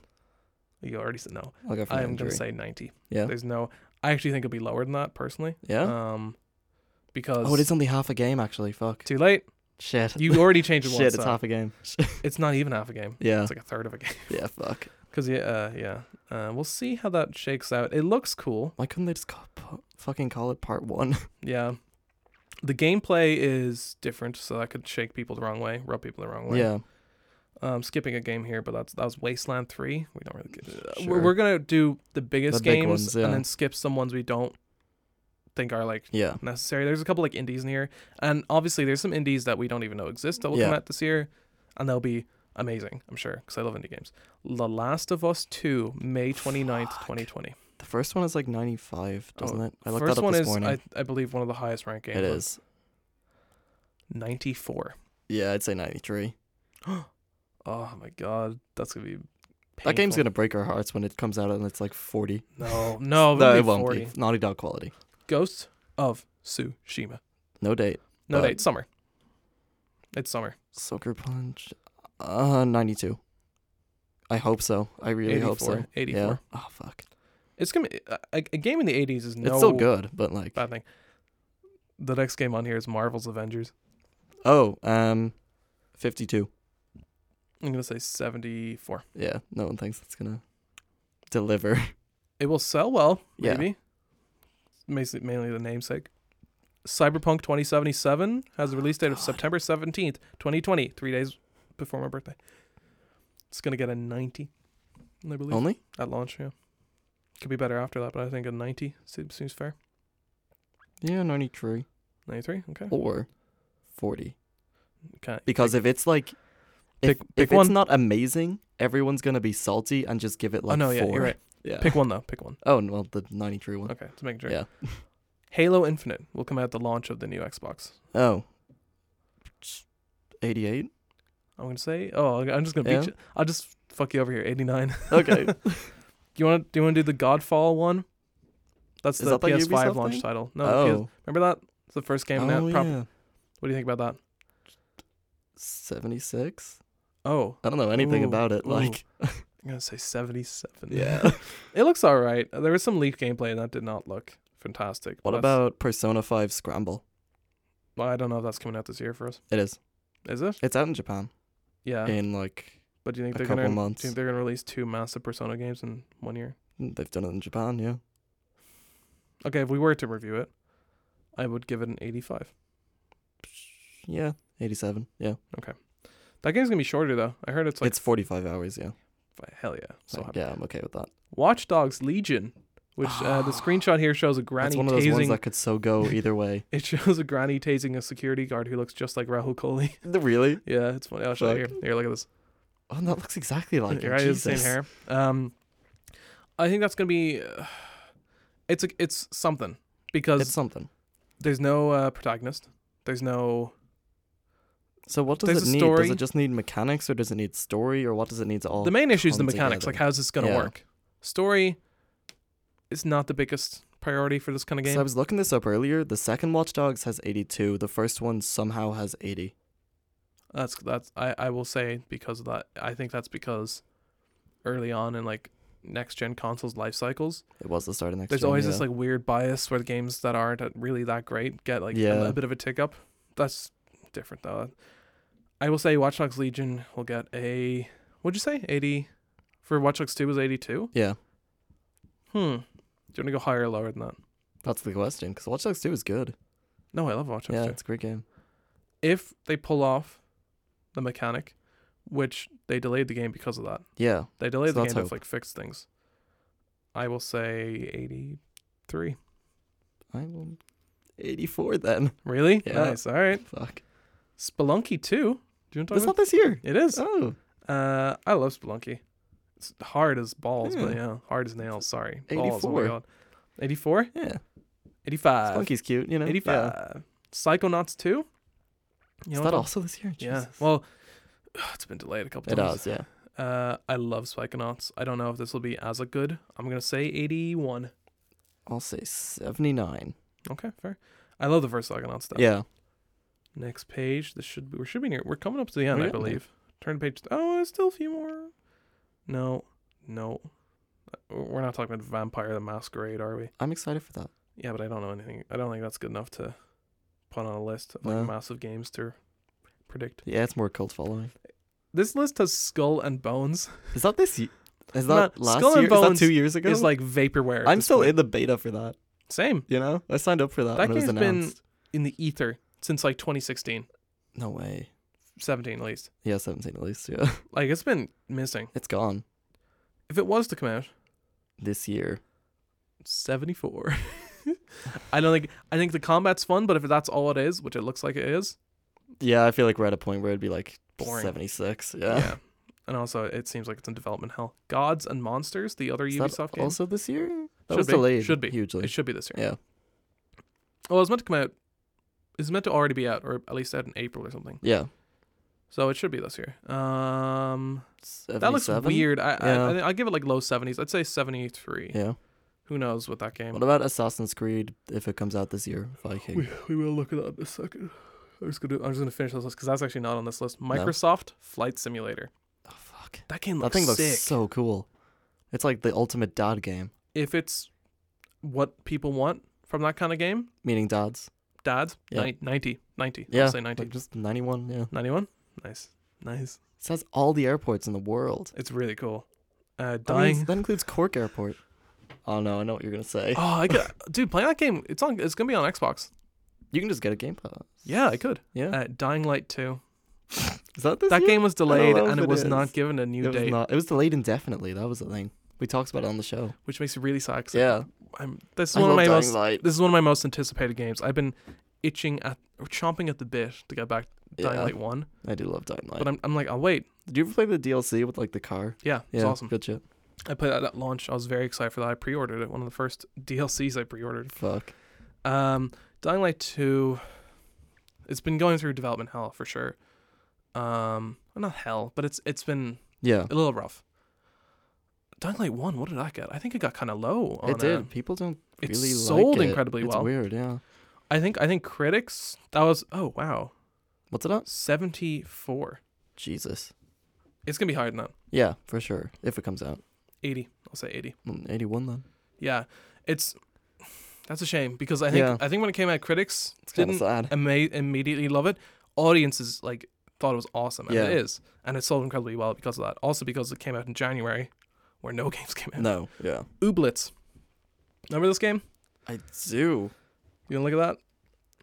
You already said no.
I'll go for
I
93.
am gonna say ninety.
yeah.
There's no. I actually think it'll be lower than that personally.
Yeah.
Um, because
oh, it is only half a game actually. Fuck.
too late.
Shit.
You already changed it
Shit,
once.
it's
so
half a game.
it's not even half a game.
yeah.
It's like a third of a game.
Yeah. Fuck.
Because yeah, uh, yeah, uh, we'll see how that shakes out. It looks cool.
Why couldn't they just call, pu- fucking call it part one?
Yeah, the gameplay is different, so that could shake people the wrong way, rub people the wrong way.
yeah.
Um, skipping a game here, but that's that was Wasteland Three. We don't really. Get, uh,
Sure.
we're, we're gonna do the biggest
The big
games
ones, yeah.
and then skip some ones we don't think are like
Yeah.
necessary. There's a couple like indies in here, and obviously there's some indies that we don't even know exist that will come
Yeah.
out this year, and they'll be amazing, I'm sure, because I love indie games. The Last of Us 2, May 29th,
Fuck.
2020
The first one is like 95, doesn't
Oh,
it? I looked
First
that up
one
this
is,
morning.
I, I believe, one of the highest ranked games.
it
on-
is.
94.
Yeah, I'd say 93.
Oh my god, that's gonna be.
That game's
painful.
gonna break our hearts when it comes out and it's like 40.
No, no,
no,
it
it won't
40.
be. Naughty Dog quality.
Ghost of Tsushima.
No date.
No,
But-
date. Summer. It's summer.
Sucker Punch. Uh, 92. I hope so. I really hope so.
84, 84.
Yeah. Oh fuck.
It's gonna be a, a a game in the 80s is no
It's still good, but like.
bad thing. The next game on here is Marvel's Avengers.
Oh, um, 52.
I'm gonna say 74.
Yeah. No one thinks it's gonna deliver.
It will sell well,
Yeah.
maybe. Mainly, mainly the namesake. Cyberpunk 2077 has a release date of
God.
September 17th, 2020, three days before my birthday. It's going to get a 90, I believe,
Only.
at launch, yeah. Could be better after that, but I think a 90 seems, seems fair.
Yeah, 93
93, okay.
or 40.
okay.
Because if it's like, if,
Pick-
if
pick
it's
one.
not amazing, everyone's gonna be salty and just give it like
oh, no, yeah,
four.
you're right.
Yeah.
Pick one, though. Pick one.
Oh, and, well, the 93 one.
Okay, to make sure.
Yeah.
Halo Infinite will come out at the launch of the new Xbox.
Oh. 88?
I'm going to say, oh, I'm just going to
Yeah.
beat you. I'll just fuck you over here, 89.
Okay.
Do you want to do you want to do the Godfall one? That's
Is
the
that the
PS5
Ubisoft
launch
thing?
title. No, the PS-
oh.
remember that? It's the first game. in
Oh,
that prop-
yeah.
What do you think about that?
76?
Oh,
I don't know anything
Ooh,
about it.
ooh.
Like,
I'm gonna say 77.
yeah.
it looks all right. There was some leaked gameplay and that did not look fantastic.
what
but that's-
about Persona 5 Scramble?
Well, I don't know if that's coming out this year for us.
It is.
Is it?
It's out in Japan
Yeah.
in like,
but do you think
a
they're
couple
gonna
months.
do you think they're gonna release two massive Persona games in one year?
they've done it in Japan, yeah.
Okay, if we were to review it, I would give it an 85.
Yeah. 87. Yeah.
That game's gonna be shorter though. I heard it's like
it's 45 hours, yeah.
hell yeah. So
Like,
happy.
yeah, I'm okay with that.
Watch Dogs Legion which uh, the screenshot here shows a granny
That's one of those ones
tasing.
that could so go either way.
It shows a granny tasing a security guard who looks just like Rahul Kohli.
really?
yeah, it's funny. I'll show you here.
Fuck.
Here, look at this.
Oh, that looks exactly like
Your
him.
eyes are the
Jesus.
same hair. Um, I think that's gonna be. Uh, it's a, it's something because
It's something.
there's no uh, protagonist. There's no.
So what does
There's
it
a
need?
story.
Does it just need mechanics, or does it need story, or what does it need to all?
the main issue is the
come
mechanics.
together.
Like, how's this gonna
Yeah.
work? Story is not the biggest priority for this kind of game.
So I was looking this up earlier. The second Watch Dogs has 82. The first one somehow has 80.
That's that's I I will say because of that. I think that's because early on in like next gen consoles life cycles,
It was the start of next.
there's
gen,
always
yeah.
this like weird bias where the games that aren't that- really that great get like a,
Yeah.
little bit of a tick up. That's different though. I will say Watch Dogs Legion will get a what'd you say? 80 for Watch Dogs 2 was 82.
Yeah,
Hmm. Do you want to go higher or lower than that?
that's the question. Because Watch Dogs 2 is good.
No, I love Watch Dogs
yeah,
2.
it's a great game.
If they pull off the mechanic, which they delayed the game because of that.
Yeah,
They delayed
So
the
let's
game to
hope.
like fix things. I will say eighty-three.
I will. 84 then.
Really?
Yeah.
Nice. All right.
Fuck.
Spelunky two. Do you want to
That's not
talk
this year.
about? It is.
Oh,
Uh, I love Spelunky. It's hard as balls, but
Yeah.
yeah, hard as nails. Sorry. Balls. Oh my
84.
god. Eighty-four.
yeah.
Eighty-five.
Spunky's cute, you know. yeah.
Uh, Eighty-five. Psychonauts two. You
Is
know
that
what?
also this year?
Yeah.
Jesus.
Well, it's been delayed a couple
it
times.
does. Yeah.
Uh, I love Psychonauts. I don't know if this will be as a good. I'm gonna say eighty-one.
I'll say 79.
Okay, fair. I love the first Psychonauts though.
Yeah.
Next page. This should be. We should be near. We're coming up to the end, I
Really?
believe. Turn to page. Oh, there's still a few more. No, no. Uh, We're not talking about Vampire the Masquerade, are we?
I'm excited for that.
Yeah, but I don't know anything. I don't think that's good enough to put on a list of like
No.
massive games to predict.
Yeah, it's more cult following.
This list has Skull and Bones.
Is that this year? Is
No,
that last
Skull and
year?
Bones
is that two years ago?
It's like vaporware. at
I'm
this
still
point.
in the beta for that.
Same
You know, I signed up for that,
That
when it was
game's been-
announced.
in the ether since like 2016,
No way.
17 at least.
Yeah, 17 at least. Yeah,
Like it's been missing.
it's gone
If it was to come out,
this year.
74. I don't think I think the combat's fun, but if that's all it is, which it looks like it is,
Yeah, I feel like we're at a point where it'd be like
Boring.
76. Yeah.
yeah. And also, it seems like it's in development hell. Gods and Monsters, the other
Is that
Ubisoft game,
also this year? That
Should
was
be.
delayed.
Should be.
hugely.
it should be this year.
yeah.
Well, it was meant to come out. It's meant to already be out, or at least out in April or something.
Yeah.
So it should be this year. Um, that looks
77?
weird. I,
Yeah.
I I I'll give it like low seventies. I'd say seventy three.
Yeah.
Who knows with that game?
What about Assassin's Creed if it comes out this year? Viking.
We, we will look at that in a second. I'm just gonna I'm just gonna finish this list because that's actually not on this list. Microsoft Flight Simulator.
Oh fuck.
That game
That
looks
thing looks
sick.
so cool. It's like the ultimate dad game,
if it's what people want from that kind of game,
meaning dads.
dads,
Yeah.
ni- 90, 90. I'll
Yeah,
say 90.
Like just 91, yeah.
91? Nice. Nice.
It says all the airports in the world.
It's really cool. Uh,
That means-
dying.
That includes Cork Airport. Oh no, I know what you're gonna say.
oh, I could, dude, play that game. It's on. It's gonna be on Xbox.
You can just get a Game Pass.
Yeah, I could.
Yeah.
Uh, Dying Light 2.
Is that this?
That
year?
game was delayed
know if
and it
it
was not
is.
given a
It
new
was
date,
not. It was delayed indefinitely. That was the thing. We talked about it on the show.
which makes me really sad. 'cause
Yeah.
I'm, this is
I
one
love
of my
Dying
most
Light.
This is one of my most anticipated games. I've been itching at or chomping at the bit to get back to Dying
Yeah,
Light One,
I do love Dying Light.
but I'm, I'm like, I'll wait.
Did you ever play the DLC with like the car?
Yeah, it's
yeah,
awesome.
Good shit.
I played that at launch. I was very excited for that. I pre-ordered it. One of the first DLCs I pre-ordered.
Fuck.
Um, Dying Light Two. It's been going through development hell for sure. Um, well, not hell, but it's it's been
Yeah.
a little rough. Dying Light One. What did I get? I think it got kind of low. On
It
uh,
did. People don't
it
really like
sold
it.
incredibly
it's
well.
weird. Yeah.
I think I think critics. That was oh wow,
What's it up?
seventy four.
Jesus.
It's gonna be higher than that.
Yeah, for sure. If it comes out,
80 i'll say 80
Mm, 81 then.
yeah it's that's a shame because i think
Yeah.
i think when it came out critics
It's kind of
didn't
sad.
ama- immediately love it audiences like thought it was awesome and
Yeah.
it is and it sold incredibly well because of that also because it came out in january where no games came out
No. Yeah.
ooblets remember this game
I do.
you gonna look at that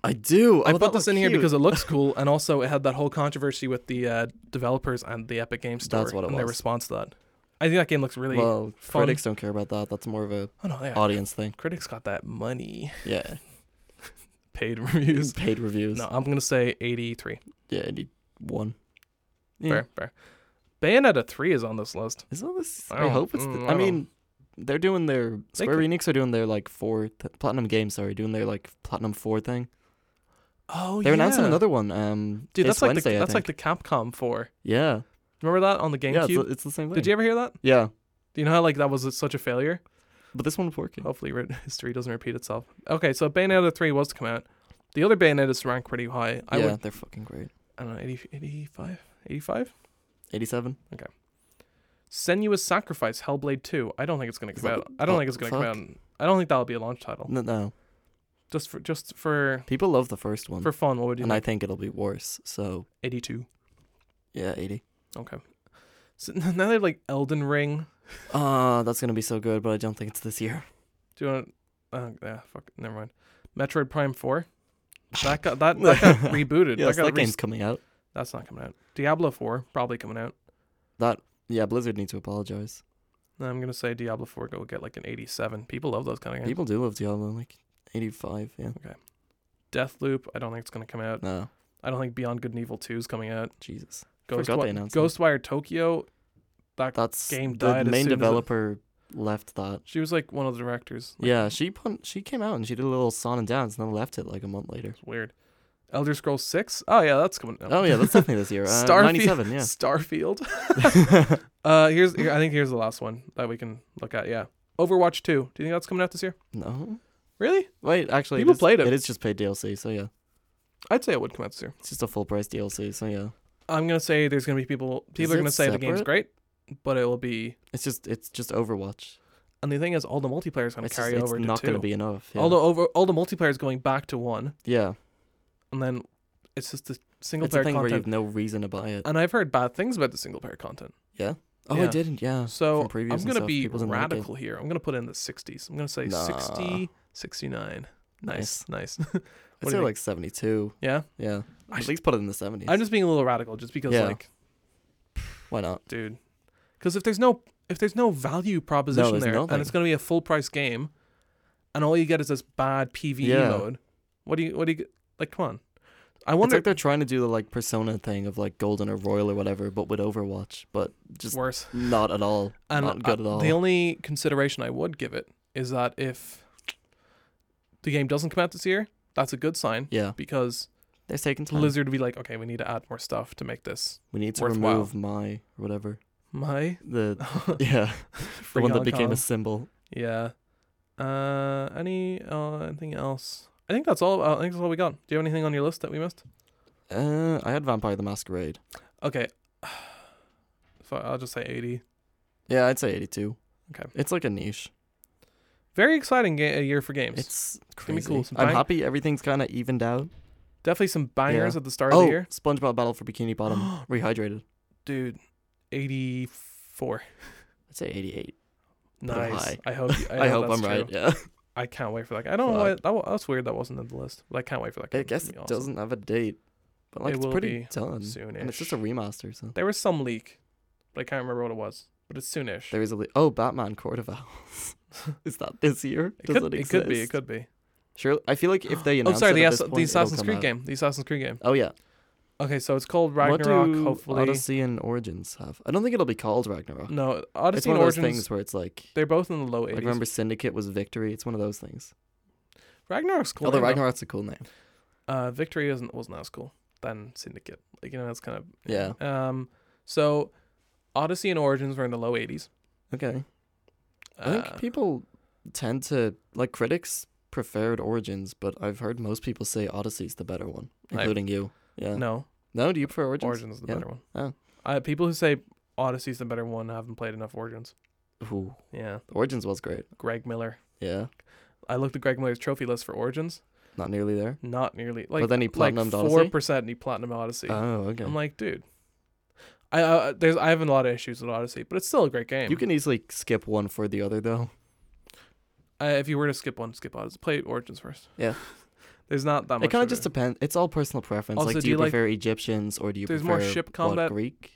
I do.
i
Oh,
put
that
this
looked
in here
cute.
because it looks cool and also it had that whole controversy with the uh, developers and the epic games store
That's what it
and their
was.
response to that I think that game looks really.
well,
fun.
critics don't care about that. That's more of a
oh no, yeah.
audience thing.
Critics got that money.
Yeah,
Paid reviews.
paid reviews.
No, I'm gonna say 83.
Yeah, eighty one. Yeah.
Fair, fair. Bayonetta 3 is on this list.
Is all this?
I
I,
don't-
hope it's. The,
mm, I
I,
don't-
mean, they're doing their
They
Square
could-
Enix are doing their like four th- platinum games. Sorry, doing their like platinum four thing.
Oh,
They're announcing another one. Um,
Dude,
this
that's like
Wednesday.
the
I
that's like
think.
the Capcom 4.
yeah,
Remember that on the
yeah. It's,
GameCube?
the- it's the same thing.
Did you ever hear that?
Yeah,
Do you know how like that was such a failure?
but this one's working.
Hopefully, re- history doesn't repeat itself. Okay, so Bayonetta 3 was to come out. The other Bayonetta's rank pretty high. I
yeah,
would,
they're fucking great.
I don't know, 80, 85? 85?
Eighty seven.
Senua's Sacrifice, Hellblade 2. I don't think it's going to
Is
come
that
out. I don't
oh,
think it's going to come
fuck.
out. in- I don't think that'll be a launch title.
No, no,
Just for just for
people love the first one,
for fun, what would you
Um, and I
think?
think it'll be worse. So
82.
yeah, eighty.
Okay. So now they have like Elden Ring.
Ah, that's gonna be so good, but I don't think it's this year.
Do you want to? Uh, yeah, fuck. Never mind. Metroid Prime Four. That got that, that got rebooted.
yes,
that
that,
got
game's
res-
coming out.
That's not coming out. Diablo Four probably coming out.
That yeah, Blizzard needs to apologize.
I'm gonna say Diablo Four go get like an 87. People love those kind of games.
People do love Diablo, like eighty five. Yeah.
Deathloop. I don't think it's gonna come out.
No,
I don't think Beyond Good and Evil Two is coming out.
Jesus. Forgot
Ghost
they
Wi-
announced that.
Ghostwire Tokyo. That
That's
game
the
died as
main
soon as it-
developer left that.
she was like one of the directors. Like,
Yeah, she put, she came out and she did a little song and dance, and then left it like a month later.
It's weird. Elder Scrolls Six. Oh yeah, that's coming. out.
Oh yeah, that's definitely this year. Uh,
Starfield.
Ninety seven. Yeah.
Starfield. Uh, here's here, I think here's the last one that we can look at. Yeah, Overwatch Two. Do you think that's coming out this year?
no.
Really?
Wait, actually,
People
is-
played it.
It is just paid DLC, so yeah,
I'd say it would come out this year.
it's just a full price DLC, so yeah.
I'm gonna say there's gonna be people.
Is
People are gonna
it
say the game's great, but it will be.
It's just it's just Overwatch.
And the thing is, all the multiplayer is gonna
It's, just,
carry
it's
over
not
to two.
going to be enough. Yeah.
All the over all the multiplayer is going back to one,
yeah,
and then it's just the single
it's a
player
thing where you have no
content. Uh,
reason to buy it.
And I've heard bad things about the single player content.
Oh,
Yeah.
I didn't. Yeah.
So
From previews
I'm
and
gonna
stuff,
be
people didn't like it.
radical here. I'm gonna put in the 60s. I'm gonna say
Nah.
60, 69. Nice, nice.
I'd
do
say
you
like 72.
yeah,
Yeah.
I
At
sh-
least put it in the 70s.
I'm just being a little radical, just because
Yeah.
like
Why not?
dude. Because if there's no if there's no value proposition
there's
there, and
nothing.
it's gonna be a full price game, and all you get is this bad PVE
Yeah.
mode, what do you what do you get? like? Come on, I
It's
wonder.
like they're trying to do the like persona thing of like golden or royal or whatever, but with Overwatch, but just
worse.
not at all.
And
not good
uh,
at all.
The only consideration I would give it is that if the game doesn't come out this year, that's a good sign
yeah,
because
they're taking time.
Blizzard would be like, okay, we need to add more stuff to make this
we need to
worthwhile.
remove my or whatever
my
the yeah the
free
one that
Hong
became
Kong.
a symbol.
yeah. Uh, any uh, anything else? I think that's all. uh, I think that's all we got. Do you have anything on your list that we missed?
Uh, I had Vampire the Masquerade.
Okay. So I'll just say 80.
Yeah, I'd say 82.
Okay.
It's like a niche.
Very exciting ga- uh, year for games.
It's
gonna be
crazy.
cool. Some
I'm
bang-
happy everything's kind of evened out.
Definitely some bangers
Yeah.
at the start of
Oh,
the year.
SpongeBob Battle for Bikini Bottom rehydrated.
Dude, 84.
I'd say 88. Put it
Nice.
high.
I hope you, I,
I, hope
that's
I'm right.
true.
Yeah.
I can't wait for that. I don't know why that wa- that's weird that wasn't in the list, but I can't wait for that.
I
game. It's
guess
gonna
it
be awesome.
doesn't have a date, but like
It
it's
will
pretty
be
done,
soonish.
and it's just a remaster. So
There was some leak, but I can't remember what it was. But it's soonish.
there is a li- oh Batman Court of Owls. is that this year?
it
Does it
could, it
exist?
could be. It could be.
Sure. I feel like if they
Oh,
announce
sorry.
it
The,
at
Ass-
this point,
the
it'll
Assassin's
come
Creed
out.
game. The Assassin's Creed game.
Oh yeah.
Okay, so it's called
what
Ragnarok.
do
hopefully,
Odyssey and Origins have. I don't think it'll be called Ragnarok.
no.
it's
Odyssey
one
and
of those
Origins.
things where it's like.
They're both in the low 80s.
Like remember Syndicate was Victory. It's one of those things.
Ragnarok's cool.
Although
name, though.
Ragnarok's a cool name.
uh, Victory isn't wasn't as cool than Syndicate. Like you know, that's kind of
Yeah.
Um, so Odyssey and Origins were in the low 80s.
Okay. I
Uh,
think people tend to like critics preferred Origins, but I've heard most people say Odyssey's the better one,
I-
including you. Yeah. No.
no,
do you prefer Origins?
Origins is the
Yeah.
better one.
Oh.
Uh, people who say Odyssey's the better one haven't played enough Origins.
Ooh,
Yeah,
Origins was great.
Greg Miller.
Yeah,
I looked at Greg Miller's trophy list for Origins.
not nearly there.
Not nearly like
but then he
like
platinumed
four
Odyssey.
percent. He platinum Odyssey.
Oh, okay.
I'm like, dude. I uh, there's I have a lot of issues with Odyssey, but it's still a great game.
you can easily skip one for the other, though.
uh, if you were to skip one, skip Odyssey. Play Origins first.
Yeah.
there's not that much.
It kind
a-
of just depends. It's all personal preference.
Also,
like,
do
do you
you like-
prefer Egyptians or do you
There's more
prefer
ship
what,
combat.
Greek?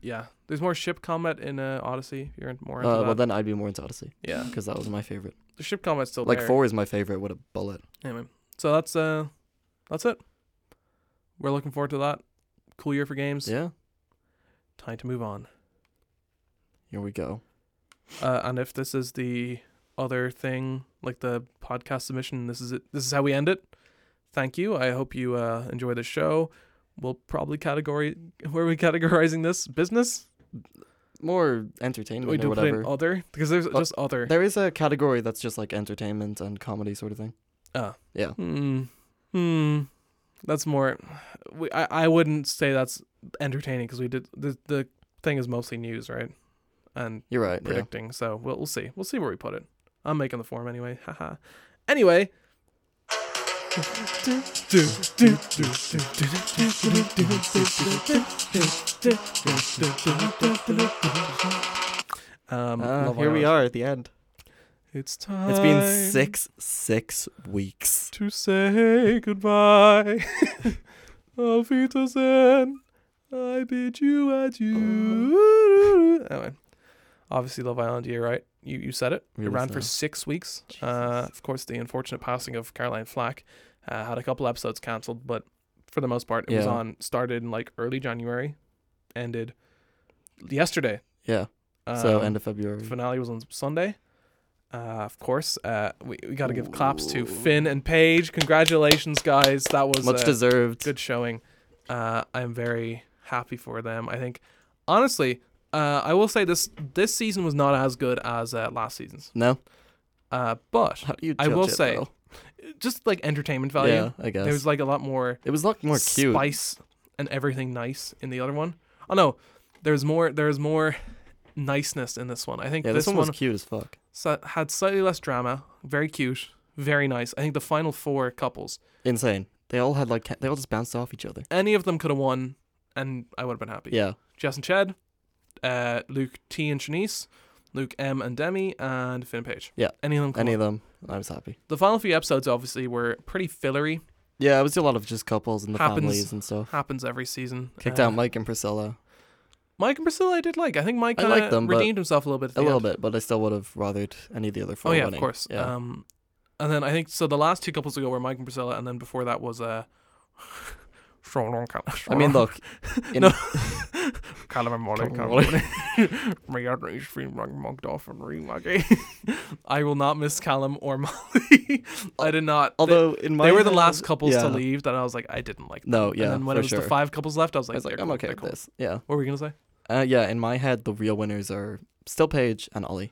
Yeah, there's more ship combat in uh, Odyssey. If you're into more into
Uh,
that.
well, then I'd be more into Odyssey
yeah,
because that was my favorite.
the ship combat's still
like
there.
four is my favorite with a bullet.
Anyway, so that's uh, that's it. We're looking forward to that. Cool year for games.
Yeah,
Time to move on.
here we go.
Uh, and if this is the other thing, like the podcast submission, this is it. This is how we end it. Thank you. I hope you uh, enjoy the show. We'll probably category. Where are we categorizing this? Business.
More
Do
entertainment
we
or
do put
whatever.
in other because there's just other.
There is a category that's just like entertainment and comedy sort of thing.
Hmm. Hmm. That's more. We, I, I wouldn't say that's entertaining because we did the the thing is mostly news, right? And
You're right. Yeah.
predicting. So we'll we'll see. We'll see where we put it. I'm making the form anyway. Haha. anyway. Um,
Ah,
Love
here we
Island.
are at the end.
It's time.
It's been six six weeks.
to say goodbye. Auf Wiedersehen. I bid you adieu. Anyway, obviously Love Island, you're right. You you said it.
Really
it ran for
sad.
six weeks. Uh, of course, the unfortunate passing of Caroline Flack uh, had a couple episodes cancelled, but for the most part, it was
Yeah.
on started in like early January, ended yesterday.
Yeah. so
Um,
end of February.
finale was on Sunday. Uh, of course, uh, we, we got to give claps to
Ooh.
Finn and Paige. Congratulations, guys. That was
Much
a
deserved.
good showing. Uh, I'm very happy for them. I think, honestly, uh, I will say this this season was not as good as uh, last season's.
No.
Uh, but
How do you?
I
judge
will
it,
say,
though?
just like entertainment value,
Yeah, I guess
there was like a lot more
it was a lot more cute.
spice and everything nice in the other one. Oh no, there's more. There's more niceness in this one. I think
Yeah,
this,
this one
one
was cute as fuck.
so had slightly less drama, very cute, very nice. I think the final four couples,
Insane. They all had like ca- they all just bounced off each other.
any of them could have won, and I would have been happy.
Yeah.
Jess and Chad, uh, Luke T and Shanice, Luke M and Demi, and Finn Page.
Yeah.
any of them. Could
Any
win.
of them, I was happy.
the final few episodes obviously were pretty fillery.
Yeah, it was a lot of just couples and the
Happens.
families and stuff.
Happens every season.
Kicked
Uh,
out Mike and Priscilla
Mike and Priscilla. I did like. I think Mike
I
kinda
liked them, but
redeemed himself a little bit. At
a
the
little
end.
bit, but I still would have rathered any of the other
Oh
four.
yeah,
winning.
of course.
Yeah.
Um, and then I think so. The last two couples ago were Mike and Priscilla, and then before that was uh.
I mean, look, in-
No. Callum and Molly.
Callum
Callum
Molly.
and Molly. My yard is being mugged off and remuggy. I will not miss Callum or Molly. I did not. Although
although in
they,
my
were the
head-
last couples
yeah.
to leave, that I was like, I didn't like. Them.
No, yeah,
And then when
for
it was
sure.
the five couples left, I was
I
like,
was like,
they're
I'm
cool,
okay
they're
with
cool.
this. Yeah.
What were you gonna say?
Uh, yeah, in my head, the real winners are still Paige and Ollie.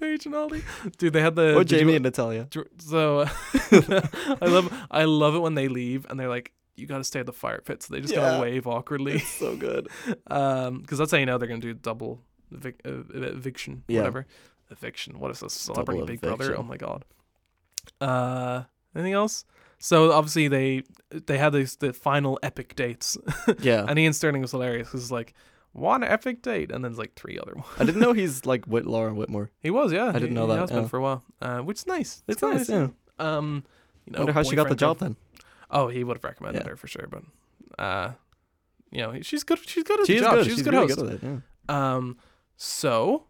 Paige and Ollie, dude, they had
or
the Uh, did you-
Jamie and Natalia.
Dr- So I love I love it when they leave and they're like, you got to stay at the fire pit. So they just kind
Yeah.
of wave awkwardly,
so good.
um, because that's how you know they're gonna do double evic- uh, ev- eviction,
Yeah.
whatever, eviction. What is this celebrity
Double
Big Brother? Oh
eviction.
my god. Uh, anything else? So obviously they they had these the final epic dates,
Yeah.
and Ian Sterling was hilarious because it's like one epic date and then it's like three other ones.
I didn't know he's like with Laura Whitmore.
He was yeah,
I didn't
he-
know
he
that,
has been
yeah.
for a while, uh, which is nice.
It's
kinda
nice, yeah.
Um, you know,
Wonder how she got the
boyfriend
job
of-
then.
Oh, he would have recommended
Yeah.
her for sure, but uh, you know, he- she's good. She's good at
She
the
is
job.
good.
She's,
She's
a good
really
host.
good at it. Yeah.
um, so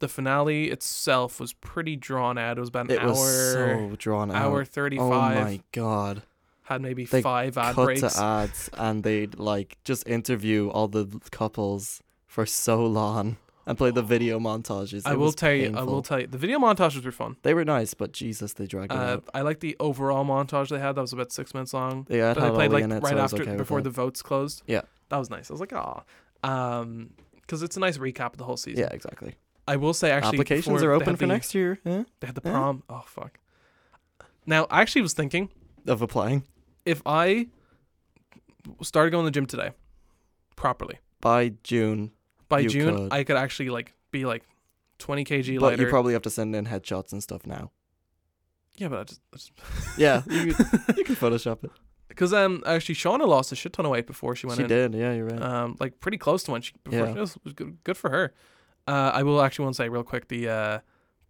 the finale itself was pretty drawn out. It was about an
It
hour,
was so drawn out.
hour
oh
thirty-five.
my god.
Had maybe
They
five ad
Cut
breaks.
to ads and they'd like just interview all the couples for so long and play the video montages.
I
It
will
was
tell you. I
painful.
will tell you. The video montages were fun.
They were nice, but Jesus, they dragged it
Uh,
out.
I like the overall montage they had. That was about six minutes long.
Yeah, it
that
had
they played
Ollie
like
in it,
right
so I was
after
okay
before
with
the
that.
votes closed.
Yeah.
that was nice. I was like, ah, um, because it's a nice recap of the whole season.
Yeah, exactly.
I will say actually
Applications
before
are
they
open
had
for
the-
next year. Yeah,
They had the
Yeah.
prom. Oh fuck. Now I actually was thinking
of applying
if I started going to the gym today properly
by June,
by
You
June,
could.
I could actually like be like 20 kg
but
lighter.
you probably have to send in headshots and stuff now.
yeah, but I just, I just
Yeah, you, you can Photoshop it.
because um actually Shauna lost a shit ton of weight before she went
She
in.
did. Yeah, you're right.
um, like pretty close to when she before
Yeah.
she was, was good, good for her. Uh, I will actually want to say real quick the uh,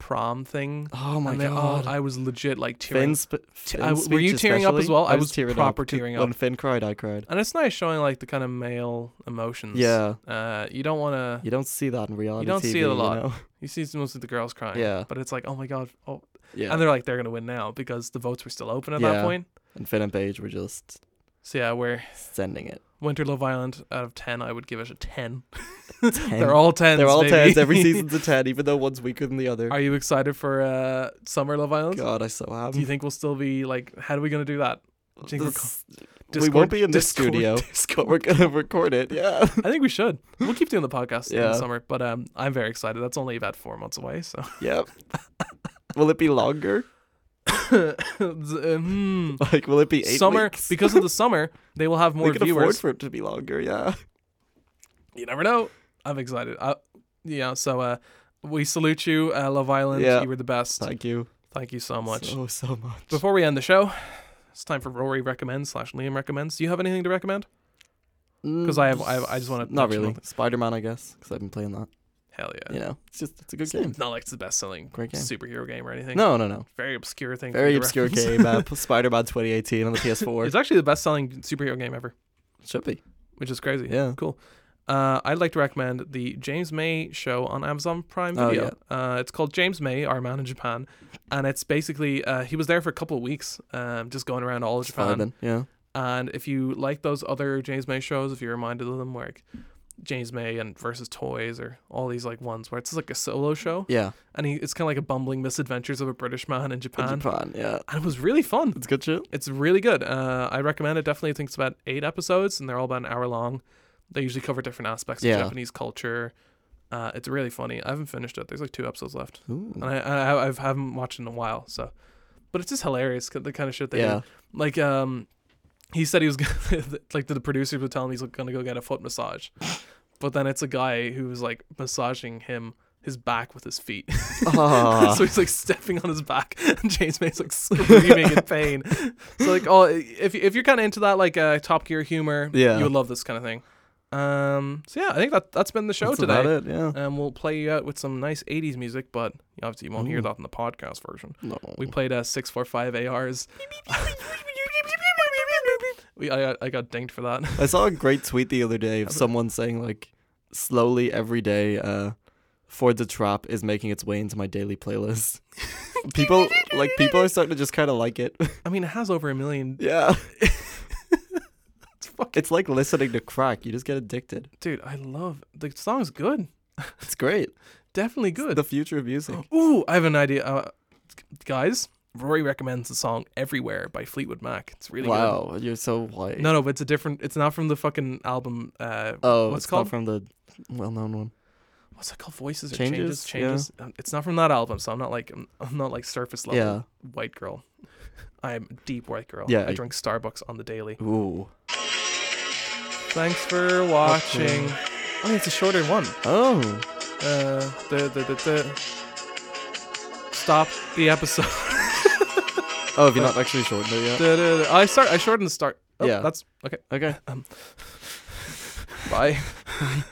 prom thing.
Oh my
and they all-
god.
I was legit like tearing.
Finn's, sp-
T-
Finn's
I- were
speech
you tearing up as
especially,
well? I was
tearing
proper
up 'cause
tearing
When
up.
Finn cried, I cried.
and it's nice showing like the kind of male emotions.
Yeah.
Uh, you don't want to.
You don't see that in reality.
don't
TV,
see it a lot.
You know?
You see mostly the girls crying.
Yeah.
But it's like, oh my god. Oh,
Yeah.
and they're like they're gonna win now because the votes were still open at that
Yeah.
point.
And Finn and Paige were just
So yeah, we're
sending it.
Winter Love Island out of ten. I would give it a ten.
Ten.
They're all tens.
They're all
baby.
tens. Every season's a ten, even though one's weaker than the other.
Are you excited for uh, Summer Love Island?
God, I so am.
Do you think we'll still be like? How are we gonna do that? do you think we're
This- we
Discord-
won't be in this
Discord-
studio, but we're gonna record it. Yeah.
I think we should. We'll keep doing the podcast in
Yeah.
the summer, but um, I'm very excited. That's only about four months away, so.
yep. Will it be longer?
Hmm.
Like, will it be eight
summer
weeks?
because of the summer, they will have more
we can afford
viewers.
for it to be longer. Yeah.
you never know. I'm excited. Uh, yeah. So uh, we salute you, uh, Love Island.
Yeah.
You were the best.
Thank you
Thank you so much.
so so much.
Before we end the show, it's time for Rory recommends slash Liam recommends. Do you have anything to recommend?
Because
I have- I have- I just wanna
Not
mention
really.
one
Spider Man, I guess, because I've been playing that.
Hell yeah.
You know, it's just it's a good
It's
game.
Not like it's the best selling
Great game.
superhero game or anything.
No, no, no.
Very obscure thing. for me
Very
to
obscure
reference.
game. Uh, Spider Man 2018 on the PS4.
It's actually the best selling superhero game ever,
Should be.
which is crazy.
Yeah.
Cool. Uh, I'd like to recommend the James May show on Amazon Prime
Oh,
Video. uh, it's called James May, Our Man in Japan, and it's basically uh, he was there for a couple of weeks, um, just going around all of Japan.
Vibing, Yeah.
And if you like those other James May shows, if you're reminded of them, like James May and versus Toys or all these like ones where it's like a solo show,
Yeah.
and he it's kind of like a bumbling misadventures of a British man in
In
Japan,
Japan. Yeah.
and it was really fun.
It's good shit.
It's really good. Uh, I recommend it. Definitely, I think it's about eight episodes, and they're all about an hour long. They usually cover different aspects
Yeah.
of Japanese culture. Uh, it's really funny. I haven't finished it. There's like two episodes left,
Ooh.
and I, I I haven't watched it in a while. So, but it's just hilarious the kind of shit they do
Yeah.
like um he said he was gonna like the producers would tell him he's gonna go get a foot massage but then it's a guy who was like massaging him his back with his feet
Aw.
so he's like stepping on his back and james may's like screaming in pain so like oh if, if you're kind of into that like uh top gear humor
Yeah.
you would love this kind of thing um so yeah i think that that's been the show
That's
today
about it. Yeah.
and we'll play you out with some nice 80s music but obviously you won't hear
Ooh.
that in the podcast version
No.
we played uh, 645 ARs. we, I, got- I got dinged for that.
I saw a great tweet the other day of someone saying like, slowly every day, uh, Ford the Trap is making its way into my daily playlist. people like people are starting to just kind of like it.
I mean, it has over a million.
yeah.
It's fucking,
It's like listening to crack. You just get addicted.
dude, I love the song's good.
It's great.
Definitely good.
The future of music.
Ooh, I have an idea, uh, guys. Rory recommends the song "Everywhere" by Fleetwood Mac. It's really
wow, you're so white.
good. No, no, but it's a different. It's not from the fucking album. Uh,
Oh,
What's
it's not
called?
from the well-known one.
what's it called? Voices or
Changes?
changes? Changes. Um, it's not from that album, so I'm not like I'm, I'm not like surface level
Yeah.
white girl. I'm a deep white girl.
Yeah,
I
I-
drink Starbucks on the daily.
Ooh.
Thanks for watching. Oh, it's a shorter one.
Oh.
Uh, the, the, the, the. Stop the episode.
Oh, have you not actually shortened it yet?
Da, da, da. I start. I shortened the start. Oh,
Yeah.
That's okay.
Okay.
Bye.